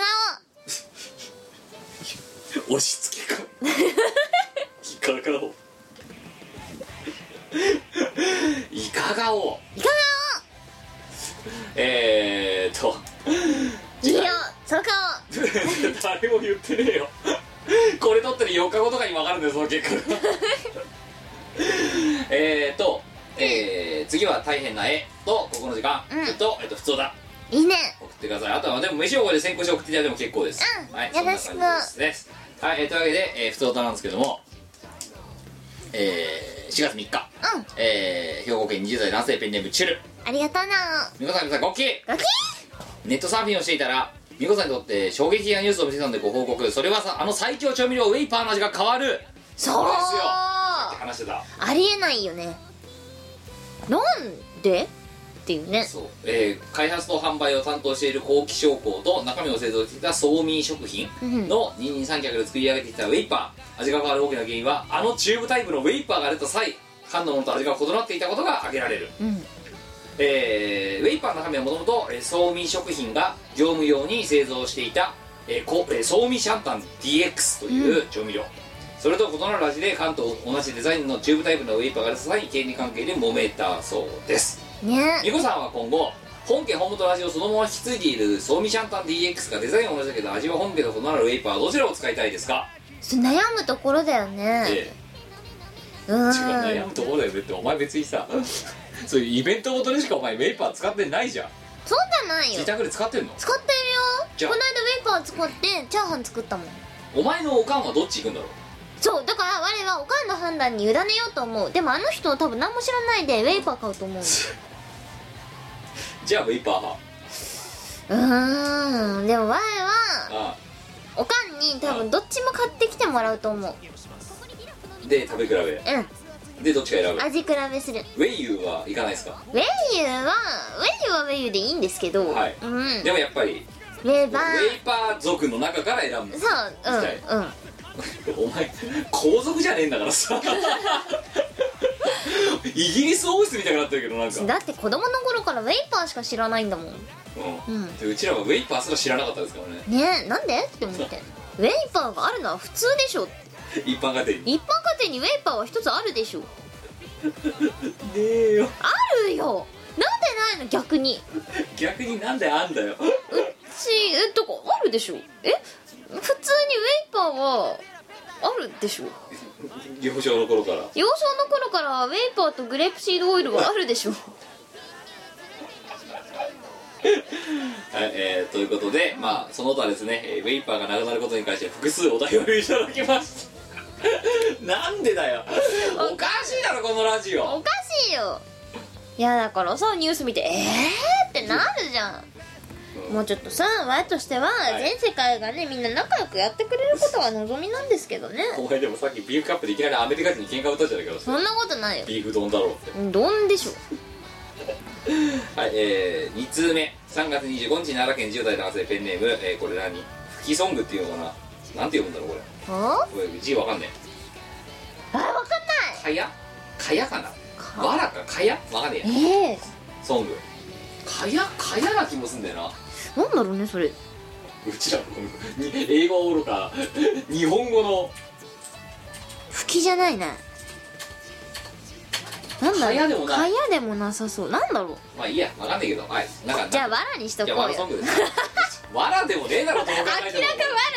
A: 押し付けかいかがをいかがをいかがをえーっと
G: おいいよその顔
A: 誰も言ってねえよこれ撮ってる4日後とかに分かるんだよその結果がえーっとえー、次は大変な絵とここの時間、
G: うん
A: と、えっと、普通だ
G: いいね
A: 送ってくださいあとはでも飯をこれで先行して送っていただいても結構です、
G: うん
A: はい、
G: よろしく
A: そんな感じですはい、えーというわけで、えー、普通歌なんですけどもえー、4月3日、
G: うん
A: えー、兵庫県20代男性ペンネームチュル
G: ありがとうな
A: 美子さん皆さんごき
G: ガキ
A: ネットサーフィンをしていたら美子さんにとって衝撃的なニュースを見せたのでご報告それはさあの最強調味料ウェイパーの味が変わる
G: そう
A: これですよって話してた
G: ありえないよねなんで
B: っていうね
A: そうえー開発と販売を担当している高木商工と中身を製造してきたソーミー食品の二人三脚で作り上げてきたウェイパー味が変わる大きな原因はあのチューブタイプのウェイパーが出た際缶のものと味が異なっていたことが挙げられる、
B: ん
A: えーウェイパーの中身はもともとソーミー食品が業務用に製造していた、えーこえー、ソーミーシャンタン DX という調味料、それと異なる味で缶と同じデザインのチューブタイプのウェイパーが出た際権利関係で揉めたそうです
B: ね
A: ニコさんは今後本家本元の味をそのまま引き継いでいるソーミシャンタン DX がデザインは同じだけど味は本家と異なるウェイパーどちらを使いたいですか、
B: それ悩むところだよね、
A: え
B: うー
A: え違
B: ん
A: う悩むところだよねってお前別にさそういうイベントごとにしかお前ウェイパー使ってないじゃん
B: そうじゃないよ
A: 自宅で使ってんの
B: 使って
A: じ
B: る
A: ゃ
B: よ
A: あ
B: この間ウェイパー使ってチャーハン作ったもん
A: お前のおかんはどっち行くんだろう
B: そうだから我はおかんの判断に委ねようと思うでもあの人は多分何も知らないでウェイパー買うと思う
A: じゃあウェイパー派
B: うーんでも我は
A: あ
B: おかんに多分どっちも買ってきてもらうと思う
A: あで食べ比べ
B: う
A: でどっちか選
B: ん味比べする
A: ぶウェイユーは行かないですか
B: ウェイユーはウェイユーはウェイユーでいいんですけど、
A: はい
B: うんウェイ
A: でもやっぱりウ
B: バ
A: ェイ
B: ー
A: パー族の中から選ぶ
B: そううんうん
A: お前皇族じゃねえんだからさイギリス王室みたいになってるけどなんか、
B: だって子供の頃からウェイパーしか知らないんだもん
A: うん
B: うん
A: でうちらはウェイパーすら知らなかったですからね
B: ねえなんでって思ってウェイパーがあるのは普通でしょ
A: 一般家庭にね
B: 一般家庭にウェイパーは一つあるでしょ
A: えよ
B: あるよなんでないの逆に
A: 逆になんであんだよ
B: しえとかあるでしょえ普通にウェイパーはあるでしょ
A: 幼少の頃から
B: 幼少の頃からウェイパーとグレープシードオイルはあるでしょ
A: はい、えーということで、まあ、その他ですね、えーウェイパーがなくなることに関して複数お便りをいただきましたなんでだよおかしいだろこのラジオ
B: おかしいよいやだからさニュース見てえーってなるじゃんもうちょっとさ我としては全世界がねみんな仲良くやってくれることが望みなんですけどね
A: お前でもさっきビーフカップでいきなりアメリカ人に喧嘩打ったじゃないかよ
B: そんなことないよ
A: ビーフ丼だろうって
B: どんでしょ
A: はい、えー、2通目3月25日奈良県10代男性ペンネーム、えーこれ何フキソングっていうのかななんて読むんだろうこれ
B: あ
A: これ字わかんねえ
B: あわかんない
A: かやかやかなわらかかやわかんねえ
B: ええ
A: ソングかやかやな気もすんだよな
B: なんだろうねそれ
A: うちらこのに英語はおろか日本語の
B: 吹きじゃないねなんだろう
A: 蚊帳でもない
B: 蚊帳でもなさそうなんだろう
A: まあいいやわかんないけどはいなんか
B: じゃあ
A: わ
B: わらにしとこ
A: じゃ
B: う
A: あわら
B: よ
A: ソングですわらでもねえだろと思
B: 明
A: 考
B: らかわ
A: えても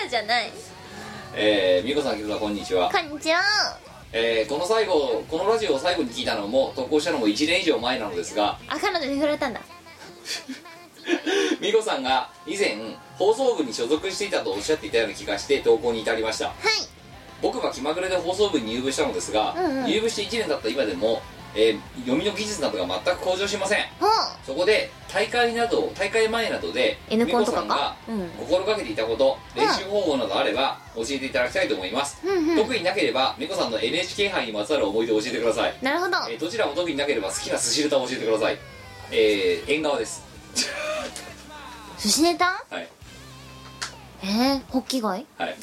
B: らじゃない
A: えー、みこさんきくさんこんにちは
B: こんにちは
A: えーこの最後このラジオを最後に聞いたのも投稿したのも1年以上前なのです
B: [LAUGHS]
A: が
B: あ彼女に振られたんだ
A: 美子さんが以前放送部に所属していたとおっしゃっていたような気がして投稿に至りました
B: はい
A: 僕は気まぐれで放送部に入部したのですが、
B: うんうん
A: 入部して1年経った今でも、えー読みの技術などが全く向上しません
B: ほう
A: そこで大会など大会前などで
B: N
A: 美
B: コン
A: 子
B: と
A: さ
B: か
A: んが
B: かうん
A: 心がけていたこと
B: ん
A: 練習方法などあれば教えていただきたいと思います、
B: うんうん
A: 特になければ美子さんの NHK 杯にまつわる思い出を教えてください
B: なるほど
A: えーどちらも特になければ好きな寿司ネタを教えてくださいえー、縁側です
B: 寿司ネタ
A: はい
B: えー、ホッキ貝
A: はい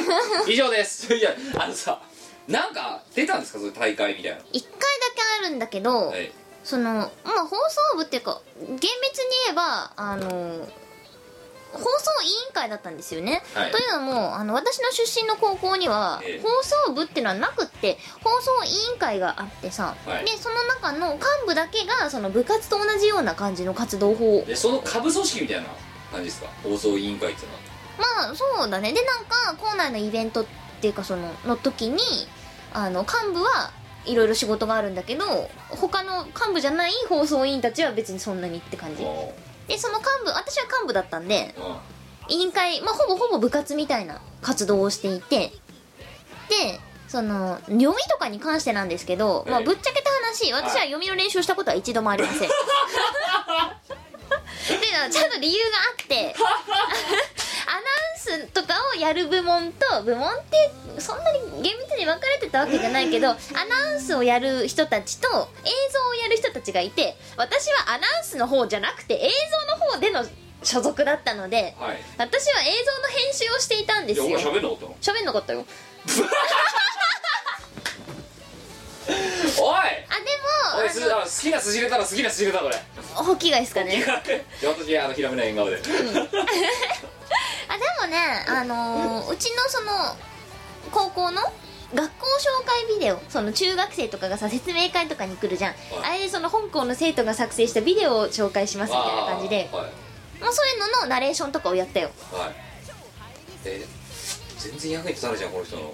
A: [LAUGHS] 以上です [LAUGHS] いやあのさなんか出たんですかそういう大会みたいな
B: 一回だけあるんだけど、
A: はい
B: そのまあ放送部っていうか厳密に言えばあの放送委員会だったんですよね、
A: はい
B: というのもあの私の出身の高校には
A: ええ
B: 放送部っていうのはなくって放送委員会があってさ、
A: はい
B: でその中の幹部だけがその部活と同じような感じの活動法
A: でその下部組織みたいな感じですか放送委員会っていうのは
B: まあそうだねでなんか校内のイベントっていうかそのの時にあの幹部はいろいろ仕事があるんだけど他の幹部じゃない放送委員たちは別にそんなにって感じ
A: も
B: でその幹部私は幹部だったんで
A: う、うん、は
B: 委員会、まあ、ほぼほぼ部活みたいな活動をしていてでその読みとかに関してなんですけど、まあ、
A: ええ
B: ぶっちゃけた話私は
A: はい
B: 読みの練習をしたことは一度もあり
A: [LAUGHS]
B: ませんっていうのはちゃんと理由
A: [LAUGHS]
B: があってアナウンスとかをやる部門と部門ってそんなに厳密に分かれてたわけじゃないけどアナウンスをやる人たちと映像をやる人たちがいて私はアナウンスの方じゃなくて映像の方での所属だったので
A: はい
B: 私は映像の編集をしていたんで
A: い
B: す
A: やお
B: よ
A: 前喋んなかったの
B: 喋んなかったよ
A: おい
B: あ
A: おいす
B: で
A: あ
B: も
A: の好きな筋入れたら好きな筋入れたこれ
B: あのほうきがいいですかね
A: いや私あのひらめない縁側で
B: [LAUGHS] あでもねあのーうちのその高校の学校紹介ビデオその中学生とかがさ説明会とかに来るじゃんあれでその本校の生徒が作成したビデオを紹介しますみたいな感じで
A: あーはい
B: もうそういうののナレーションとかをやったよ
A: はいえ全然役に立たないじゃんこの人の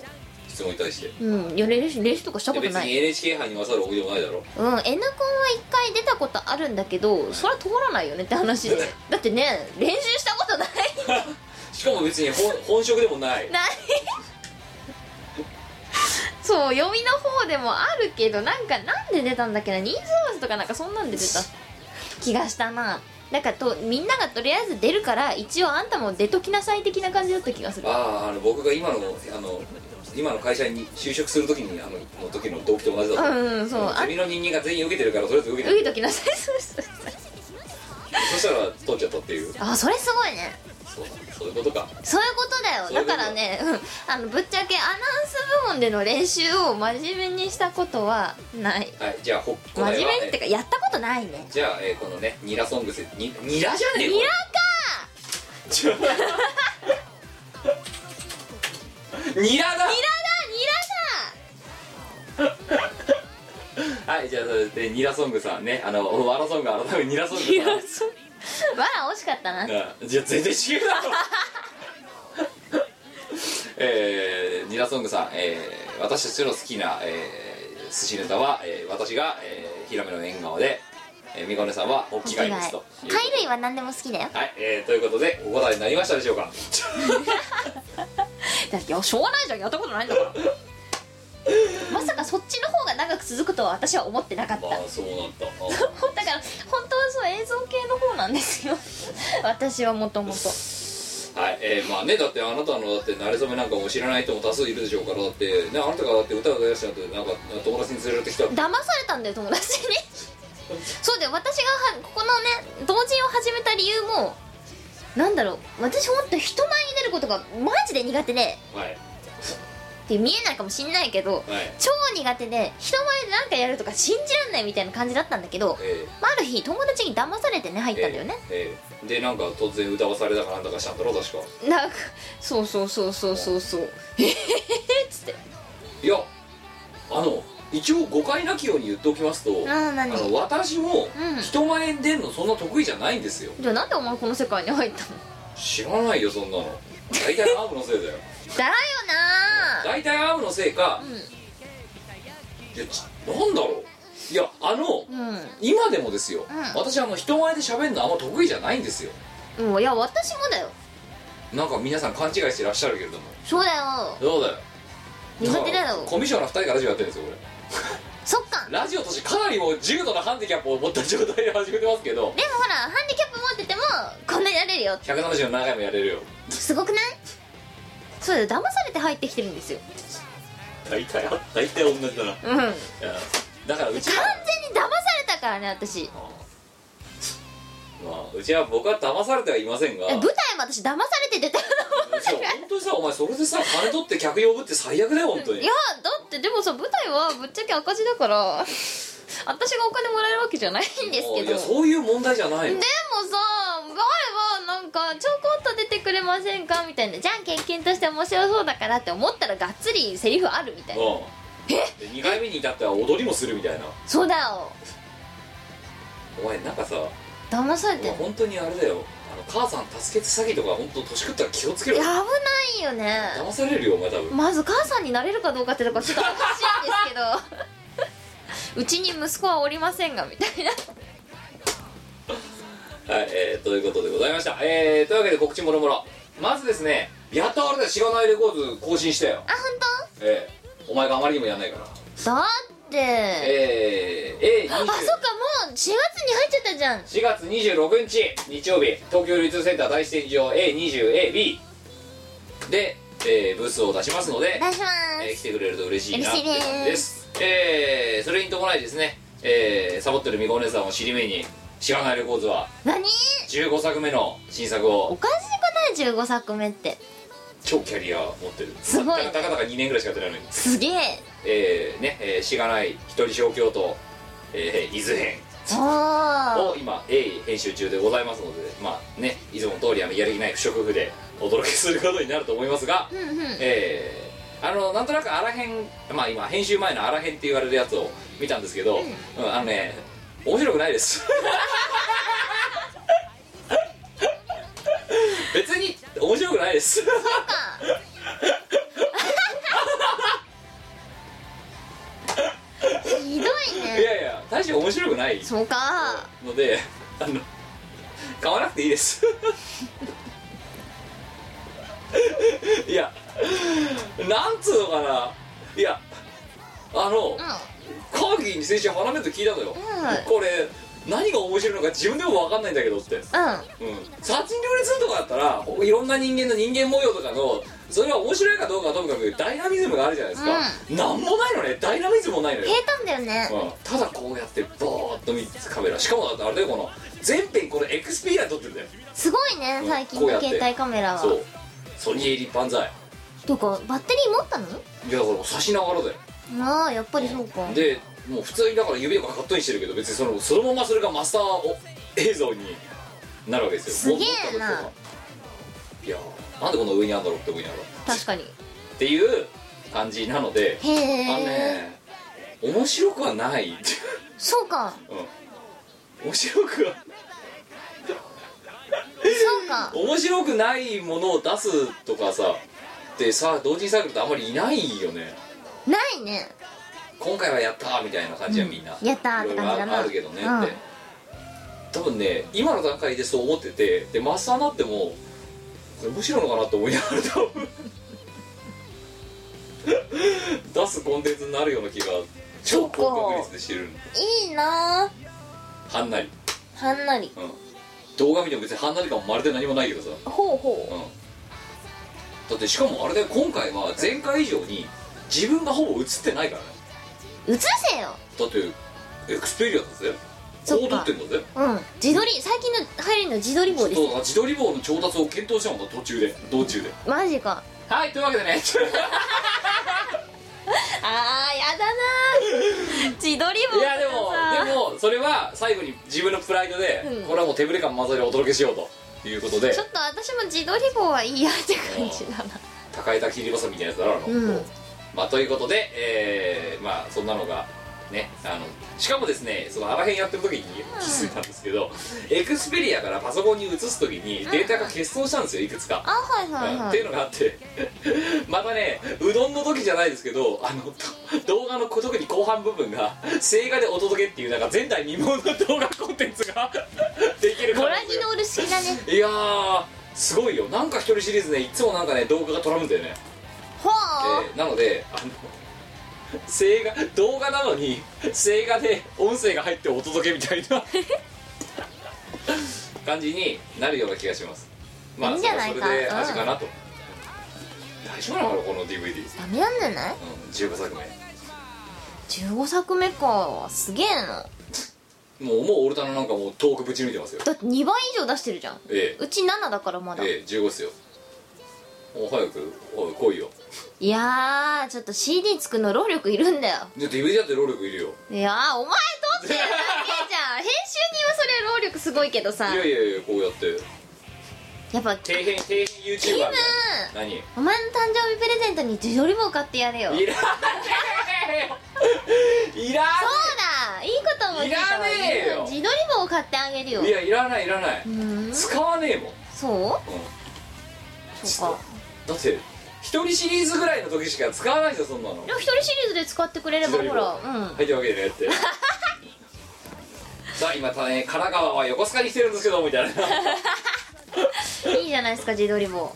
A: 質問に対して
B: うんよ練習練習とかした
A: いや
B: こと
A: 別
B: ない
A: に NHK 杯に勝る思い出もないだろ
B: うん N コンは1回出たことあるんだけどそれは通らないよねって話でだってね練習したことない
A: しかも別に本本職でもない
B: ない [LAUGHS] そう読みの方でもあるけどなんかなんで出たんだっけな人数合わせとかなんかそんなんで出た気がしたななんかとみんながとりあえず出るから一応あんたも出ときなさい的な感じだった気がする
A: あああの僕が今のあの今の会社に就職するときにあのの時の動機と同じだ
B: う
A: と思うん
B: うんそうあ
A: 君の人間が全員受けてるからとりあえず受けて
B: 受
A: る
B: けときなさいそうそうそう
A: そしたら取っちゃったっていう
B: あそれすごいね
A: そうそういうことか
B: そういうことだよだからねうんあのぶっちゃけアナウンス部門での練習を真面目にしたことはない
A: はいじゃあほ
B: 真
A: 答え
B: 面
A: は
B: 目にってかやったことないね
A: えじゃあ、えーこのねニラソングスにニラじゃねえ
B: ニラ
A: ちょ [LAUGHS] ニラだはいじゃあそれでニラソングさんねあのワラソング改めニラソングさん
B: ニラだニラそうわら惜しかったな
A: うんじゃあ全然違うだろえー、ニラソングさん、えー私たちの好きな、えー寿司ネタは、えー私が、えー、ヒラメの縁側で、えー、みこねさんはホッキ貝ですということで
B: 貝類は何でも好きだよ
A: はい、えーということでお答えになりましたでしょうか
B: だっていやしょうがないじゃんやったことないんだからまさかそっちの方が長く続くとは私は思ってなかった
A: まあそうなったあ
B: だから本当はそう映像系の方なんですよ私はもともと
A: [LAUGHS] はいえーまあねだってあなたのだって慣れ初めなんかも知らない人も多数いるでしょうからだって、ね、あなたがだって歌を歌い出したのとなんか友達に連れられてきた
B: 騙されたんだよ友達にそうだよ私がはここのね同人を始めた理由もなんだろう私ほんと人前に出ることがマジで苦手で
A: はい
B: って見えないかもしんないけど、
A: はい
B: 超苦手で人前で何かやるとか信じらんないみたいな感じだったんだけど、
A: えー
B: まあ、ある日友達に騙されてね入ったんだよね、
A: ええでなんか突然歌わされたかなんだかしたんだろ確か
B: なんかそうそうそうそうそうそうえへへへっつって
A: いやあの一応誤解なきように言っておきますと
B: あー何
A: の私も
B: うん
A: 人前に出るのそんな得意じゃないんですよ
B: じゃあなんでお前この世界に入ったの
A: 知らないよそんなの大体アームのせい
B: [LAUGHS]
A: だよ
B: だよな
A: 大体アームのせいか
B: ー、
A: いやちなんだろういやあの
B: うんうん
A: 今でもですよ、
B: うん
A: 私あの人前で喋るのあんま得意じゃないんですよ
B: うん、いや私もだよ
A: なんか皆さん勘違いしてらっしゃるけれども
B: そうだよ
A: そうだよ
B: 苦手だよ
A: コミュ障の2人がラジオやってるんですよこれ
B: そっかでも
A: ラジオとしてかなりもう重度なハンディキャップを持った状態で始めてますけど
B: ほらハンディキャップ持っててもこんなになれるよ
A: 177回もやれるよ
B: すごくないそうだよ騙されて入ってきてるんですよ
A: 大体大体同じだな
B: うん完全に
A: だからうちは
B: 騙されたからね私
A: ああまあうちは僕は騙されてはいませんが
B: え舞台も私騙されて出たの
A: そう本当にさお前それでさ金取って客呼ぶって最悪だよ本当
B: い
A: に
B: やだってでもさ舞台はぶっちゃけ赤字だから [LAUGHS] 私がお金もらえるわけじゃないんですけ
A: いや
B: ど
A: そういう問題じゃない
B: で
A: の
B: もさ前はなんか「ちょこっと出てくれませんか?」みたいな「じゃんけんけんとして面白そうだから」って思ったらがっつりセリフあるみたいな
A: うん2回目に至っては踊りもするみたいな
B: そうだよ
A: お前なんかさお
B: 騙されて
A: 前
B: る
A: 本当にあれだよあの母さん助けて詐欺とか本当年食ったら気をつけ
B: い
A: ろ
B: や
A: よ
B: 危ないよね
A: 騙されるよお前多分
B: まず母さんになれるかどうかってとこちょっと怪しいんですけど [LAUGHS] うちに息子はおりませんがみたいな
A: はい、えー、ということでございました。えー、というわけで告知もろもろ。まずですね、やっとあれだよ、知らないレコーズ更新したよ。
B: あ本
A: えー、お前があまりにもやんないから。
B: 当だって、
A: えー、
B: あそっ
A: A20
B: かもう4月に入っちゃったじゃん
A: 4月26日、日曜日、東京流通センター大展示場 A20AB。で、えーブースを出しますので、
B: 出しま
A: えー
B: ー
A: 来
B: す
A: てくれると嬉しいなって
B: 嬉しい
A: 感じで
B: です
A: えーそれに伴いですね、えーサボってるみこお姉さんを尻目にしがないレコーズは
B: 何
A: 15作目の新作
B: お
A: を
B: かしくない15作目って
A: 超キャリア持ってる
B: すごい
A: たかたか2年ぐらいしかやってないのに
B: すげえ
A: えーね、えーしがない一人小京都、えー伊豆編
B: おー
A: を今鋭意編集中でございますのでまあねいつもの通りあのやる気ない不織布でお届けすることになると思いますが、
B: うんうん
A: えーあのなんとなくあらへんまあ今編集前のあらへんって言われるやつを見たんですけど、うんあのね面白くないです
B: [LAUGHS]
A: 別に面白くないです
B: ひどい
A: い
B: ね
A: やいや大して面白くない
B: そうか
A: のであの買わなくていいです [LAUGHS] いやなんつうのかないやあの、
B: うん
A: カーギーに先週花目と聞いたのよ、
B: うん
A: これ何が面白いのか自分でも分かんないんだけどって、うん、
B: う
A: 殺人料理するとかだったらいろんな人間の人間模様とかのそれは面白いかどうかはともかくダイナミズムがあるじゃないですか、なんもないのねダイナミズムもないのよ
B: ん平坦だよね
A: うんただこうやってボーっと見てカメラしかもだってあれだよこの全編このエクスペリアで撮ってるんだよ
B: すごいね
A: うん
B: 最近
A: こうや
B: の
A: って
B: 携帯カメラは
A: そうソニー入り万歳
B: とかバッテリー持ったの
A: いやだから差しながらだよ
B: まあやっぱりそうか
A: でもう普通にだから指とかカットインしてるけど別にそのそのままそれがマスターを映像になるわけですよ
B: すげえな
A: もうもっともっといやーなんでこの上にあんだろうって思いながら
B: 確かに
A: っていう感じなのであ
B: へ
A: の
B: え
A: ね面白くはない
B: そうか
A: うん面白くは
B: そうか
A: 面白くないものを出すとかさでさ同時にサークルってあんまりいないよね
B: ないね
A: 今回はやったーみたいな感じはみんな、
B: やったーっ
A: いろ
B: て
A: い
B: 感
A: ろ
B: じだな
A: ああるけどねって、
B: うん
A: 多分ね今の段階でそう思っててでマスターになってもこれ面白いのかなって思いながら多分 [LAUGHS] 出すコンテンツになるような気が超高確率でしてる
B: いいな
A: はんなり、
B: ーはんなり
A: うん、動画見ても別にはんなり感もまるで何もないけどさ
B: ほうほ
A: うんだってしかもあれだよ今回は前回以上に自分がほぼ映ってないからね
B: う映せよ
A: だってエクスペリアだぜ
B: そっ
A: こう
B: か
A: 撮ってんだぜ
B: うん自撮り最近の入りの自撮り棒です
A: そうだ自撮り棒の調達を検討したもんだ途中で道中で
B: マジか
A: はいというわけでね
B: あーやだなー [LAUGHS] 自撮り棒
A: [LAUGHS] いやでもでもそれは最後に自分のプライドで、
B: うん
A: これはもう手ぶれ感満載でお届けしようということで
B: ちょっと私も自撮り棒はいいやって感じだな
A: 高枝切りばさみたいなやつだろあの、
B: うん
A: まあということでえー、まあそんなのがねあのしかもですねそのあらへんやってる時に気づいたんですけど、エクスペリアからパソコンに移す時にデータが欠損したんですよいくつか、
B: あはいはい
A: うんっ
B: は
A: てい
B: いう
A: のがあって [LAUGHS] またねうどんの時じゃないですけどあのと動画の特に後半部分が静画でお届けっていうなんか前代未聞の動画コンテンツができる
B: ボ
A: か
B: ラジノール好きだね
A: いやーすごいよなんか一人シリーズねいつもなんかね動画がトラブんだよね
B: ほう
A: えーなのであの [LAUGHS] 静画動画なのに静画で音声が入ってお届けみたい
B: [LAUGHS]
A: な感じになるような気がしますまあ
B: いいんじゃないか
A: それで
B: うん
A: 味かなと、大丈夫なのかなこの DVD、うん、
B: ダメなんじゃない
A: 15作
B: 15作目かすげえな
A: 目もうもうオルタナなんかもう遠くぶち抜いてますよ
B: だって2倍以上出してるじゃん
A: え
B: うち7だからま
A: え
B: だ、
A: ええ15っすよもう早くおい来いよ
B: いやーちょっと CD 作るの労力いるんだよ
A: で DVD だって労力いるよ
B: いやーお前撮ってるだけじゃん編集人はそれ労力すごいけどさ
A: いやいやいやこうやって
B: やっぱ
A: 底辺底辺 YouTuber みたいな何
B: お前の誕生日プレゼントに自撮り棒買ってやれよそう
A: いらねえよいらね
B: だいいこと思いついたわ
A: いらねえよ
B: 自撮り棒を買ってあげるよ
A: えいやいらないいらないう
B: ーん
A: 使わねえもん、
B: そうそうか
A: ん、だって一人シリーズぐらいの時しか使わないですよそんなの
B: でも一人シリーズで使ってくれれば
A: 自撮り
B: ほ
A: 棒
B: らうん
A: はいというわけでねって
B: [LAUGHS]
A: さあ今たね神奈川は横須賀に来てるんですけどみたいな
B: いいじゃないですか自撮り棒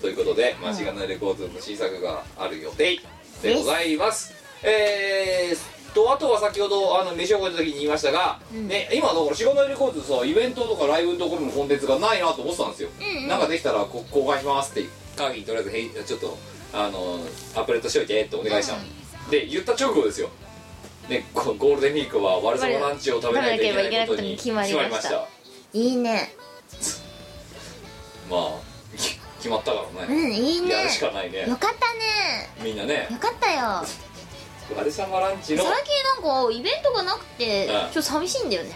A: ということで「間違いないレコード」の新作がある予定でございますえーとあとは先ほどあの飯を超えた時に言いましたが、ね、今だから「しがないレコード」さイベントとかライブのところのコンテンツがないなと思ってたんですよ、なんかできたらこ公開しますってカーギーとりあえずへいちょっとあのアップデートしといてってお願いしたの、で言った直後ですよねこゴールデンウィークは悪そばランチを食べないといけないことに決まりましたま
B: いいね
A: あき決まったから
B: う
A: ね、
B: んいいね
A: やるしかないね
B: よかったね
A: みんなね
B: よかったよ
A: 悪そばランチの
B: 最近なんかイベントがなくてち
A: うん
B: ょっと寂しいんだよね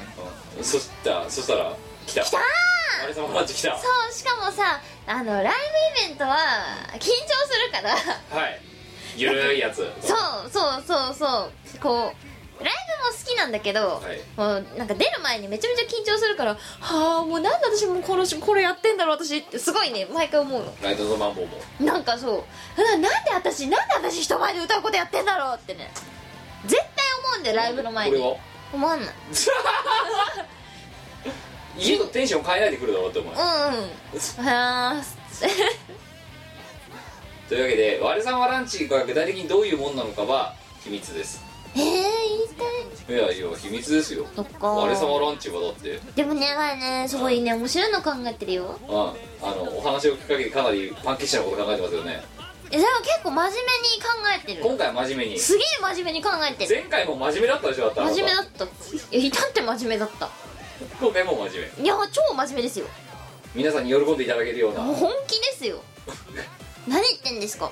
A: うんそしたそしたら来た来たあれ様ランチ来たは
B: そうしかもさあのライブイベントは緊張するから [LAUGHS]
A: いゆるいやつ
B: そうそうそうそうこうライブも好きなんだけど、
A: はい
B: もうなんか出る前にめちゃめちゃ緊張するからはあもうなんで私もうこのしこれやってんだろう私ってすごいね毎回思うの
A: ライト・ザ・マンボウも
B: なんかそうななんで私なんで私人前で歌うことやってんだろうってね絶対思うんだよライブの前
A: こ
B: に
A: れ
B: [LAUGHS]
A: は
B: 思わんない
A: 家のテンション変えないでくるだろうって思う
B: うんうんあ [LAUGHS]
A: というわけで我様ランチが具体的にどういうもんなのかは秘密です
B: ええー、言いたい
A: いやいや秘密ですよ
B: そっか
A: 我様ランチはだって
B: でもね前ねすごいね面白いの考えてるよ
A: うんあのお話を聞く限りかなりパンケーキのこと考えてますよね
B: えでも結構真面目に考えて
A: 今
B: る
A: 回は真面目に
B: すげえ真面目に考えてる
A: 前回も真面目だったでしょだったら
B: 真面目だったいや至って真面目だった
A: 今回も真面目
B: いや超真面目ですよ
A: 皆さんに喜んでいただけるような
B: もう本気ですよ何言ってんですか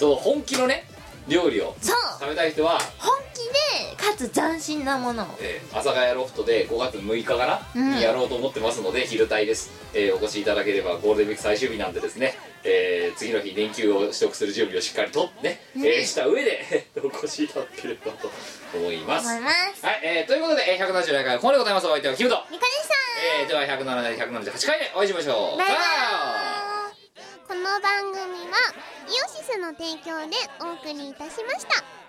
A: その本気のね料理を
B: そう
A: 食べたい人は、
B: 本気でかつ斬新なものを
A: えー、阿佐ヶ谷ロフトで5月6日かな、
B: うん
A: にやろうと思ってますので昼帯です、えーお越しいただければゴールデンウィーク最終日なんでですね、えー次の日連休を取得する準備をしっかりとね、えーした上で [LAUGHS] えーお越しいただければと思います
B: 思
A: はい
B: い、ます
A: えーということで、えー、177回ここまでございますお相手はキムト、
B: みか
A: えーでは170178回目お会いしましょう
C: バイバイ
A: さあ
C: この番組はイオシスの提供でお送りいたしました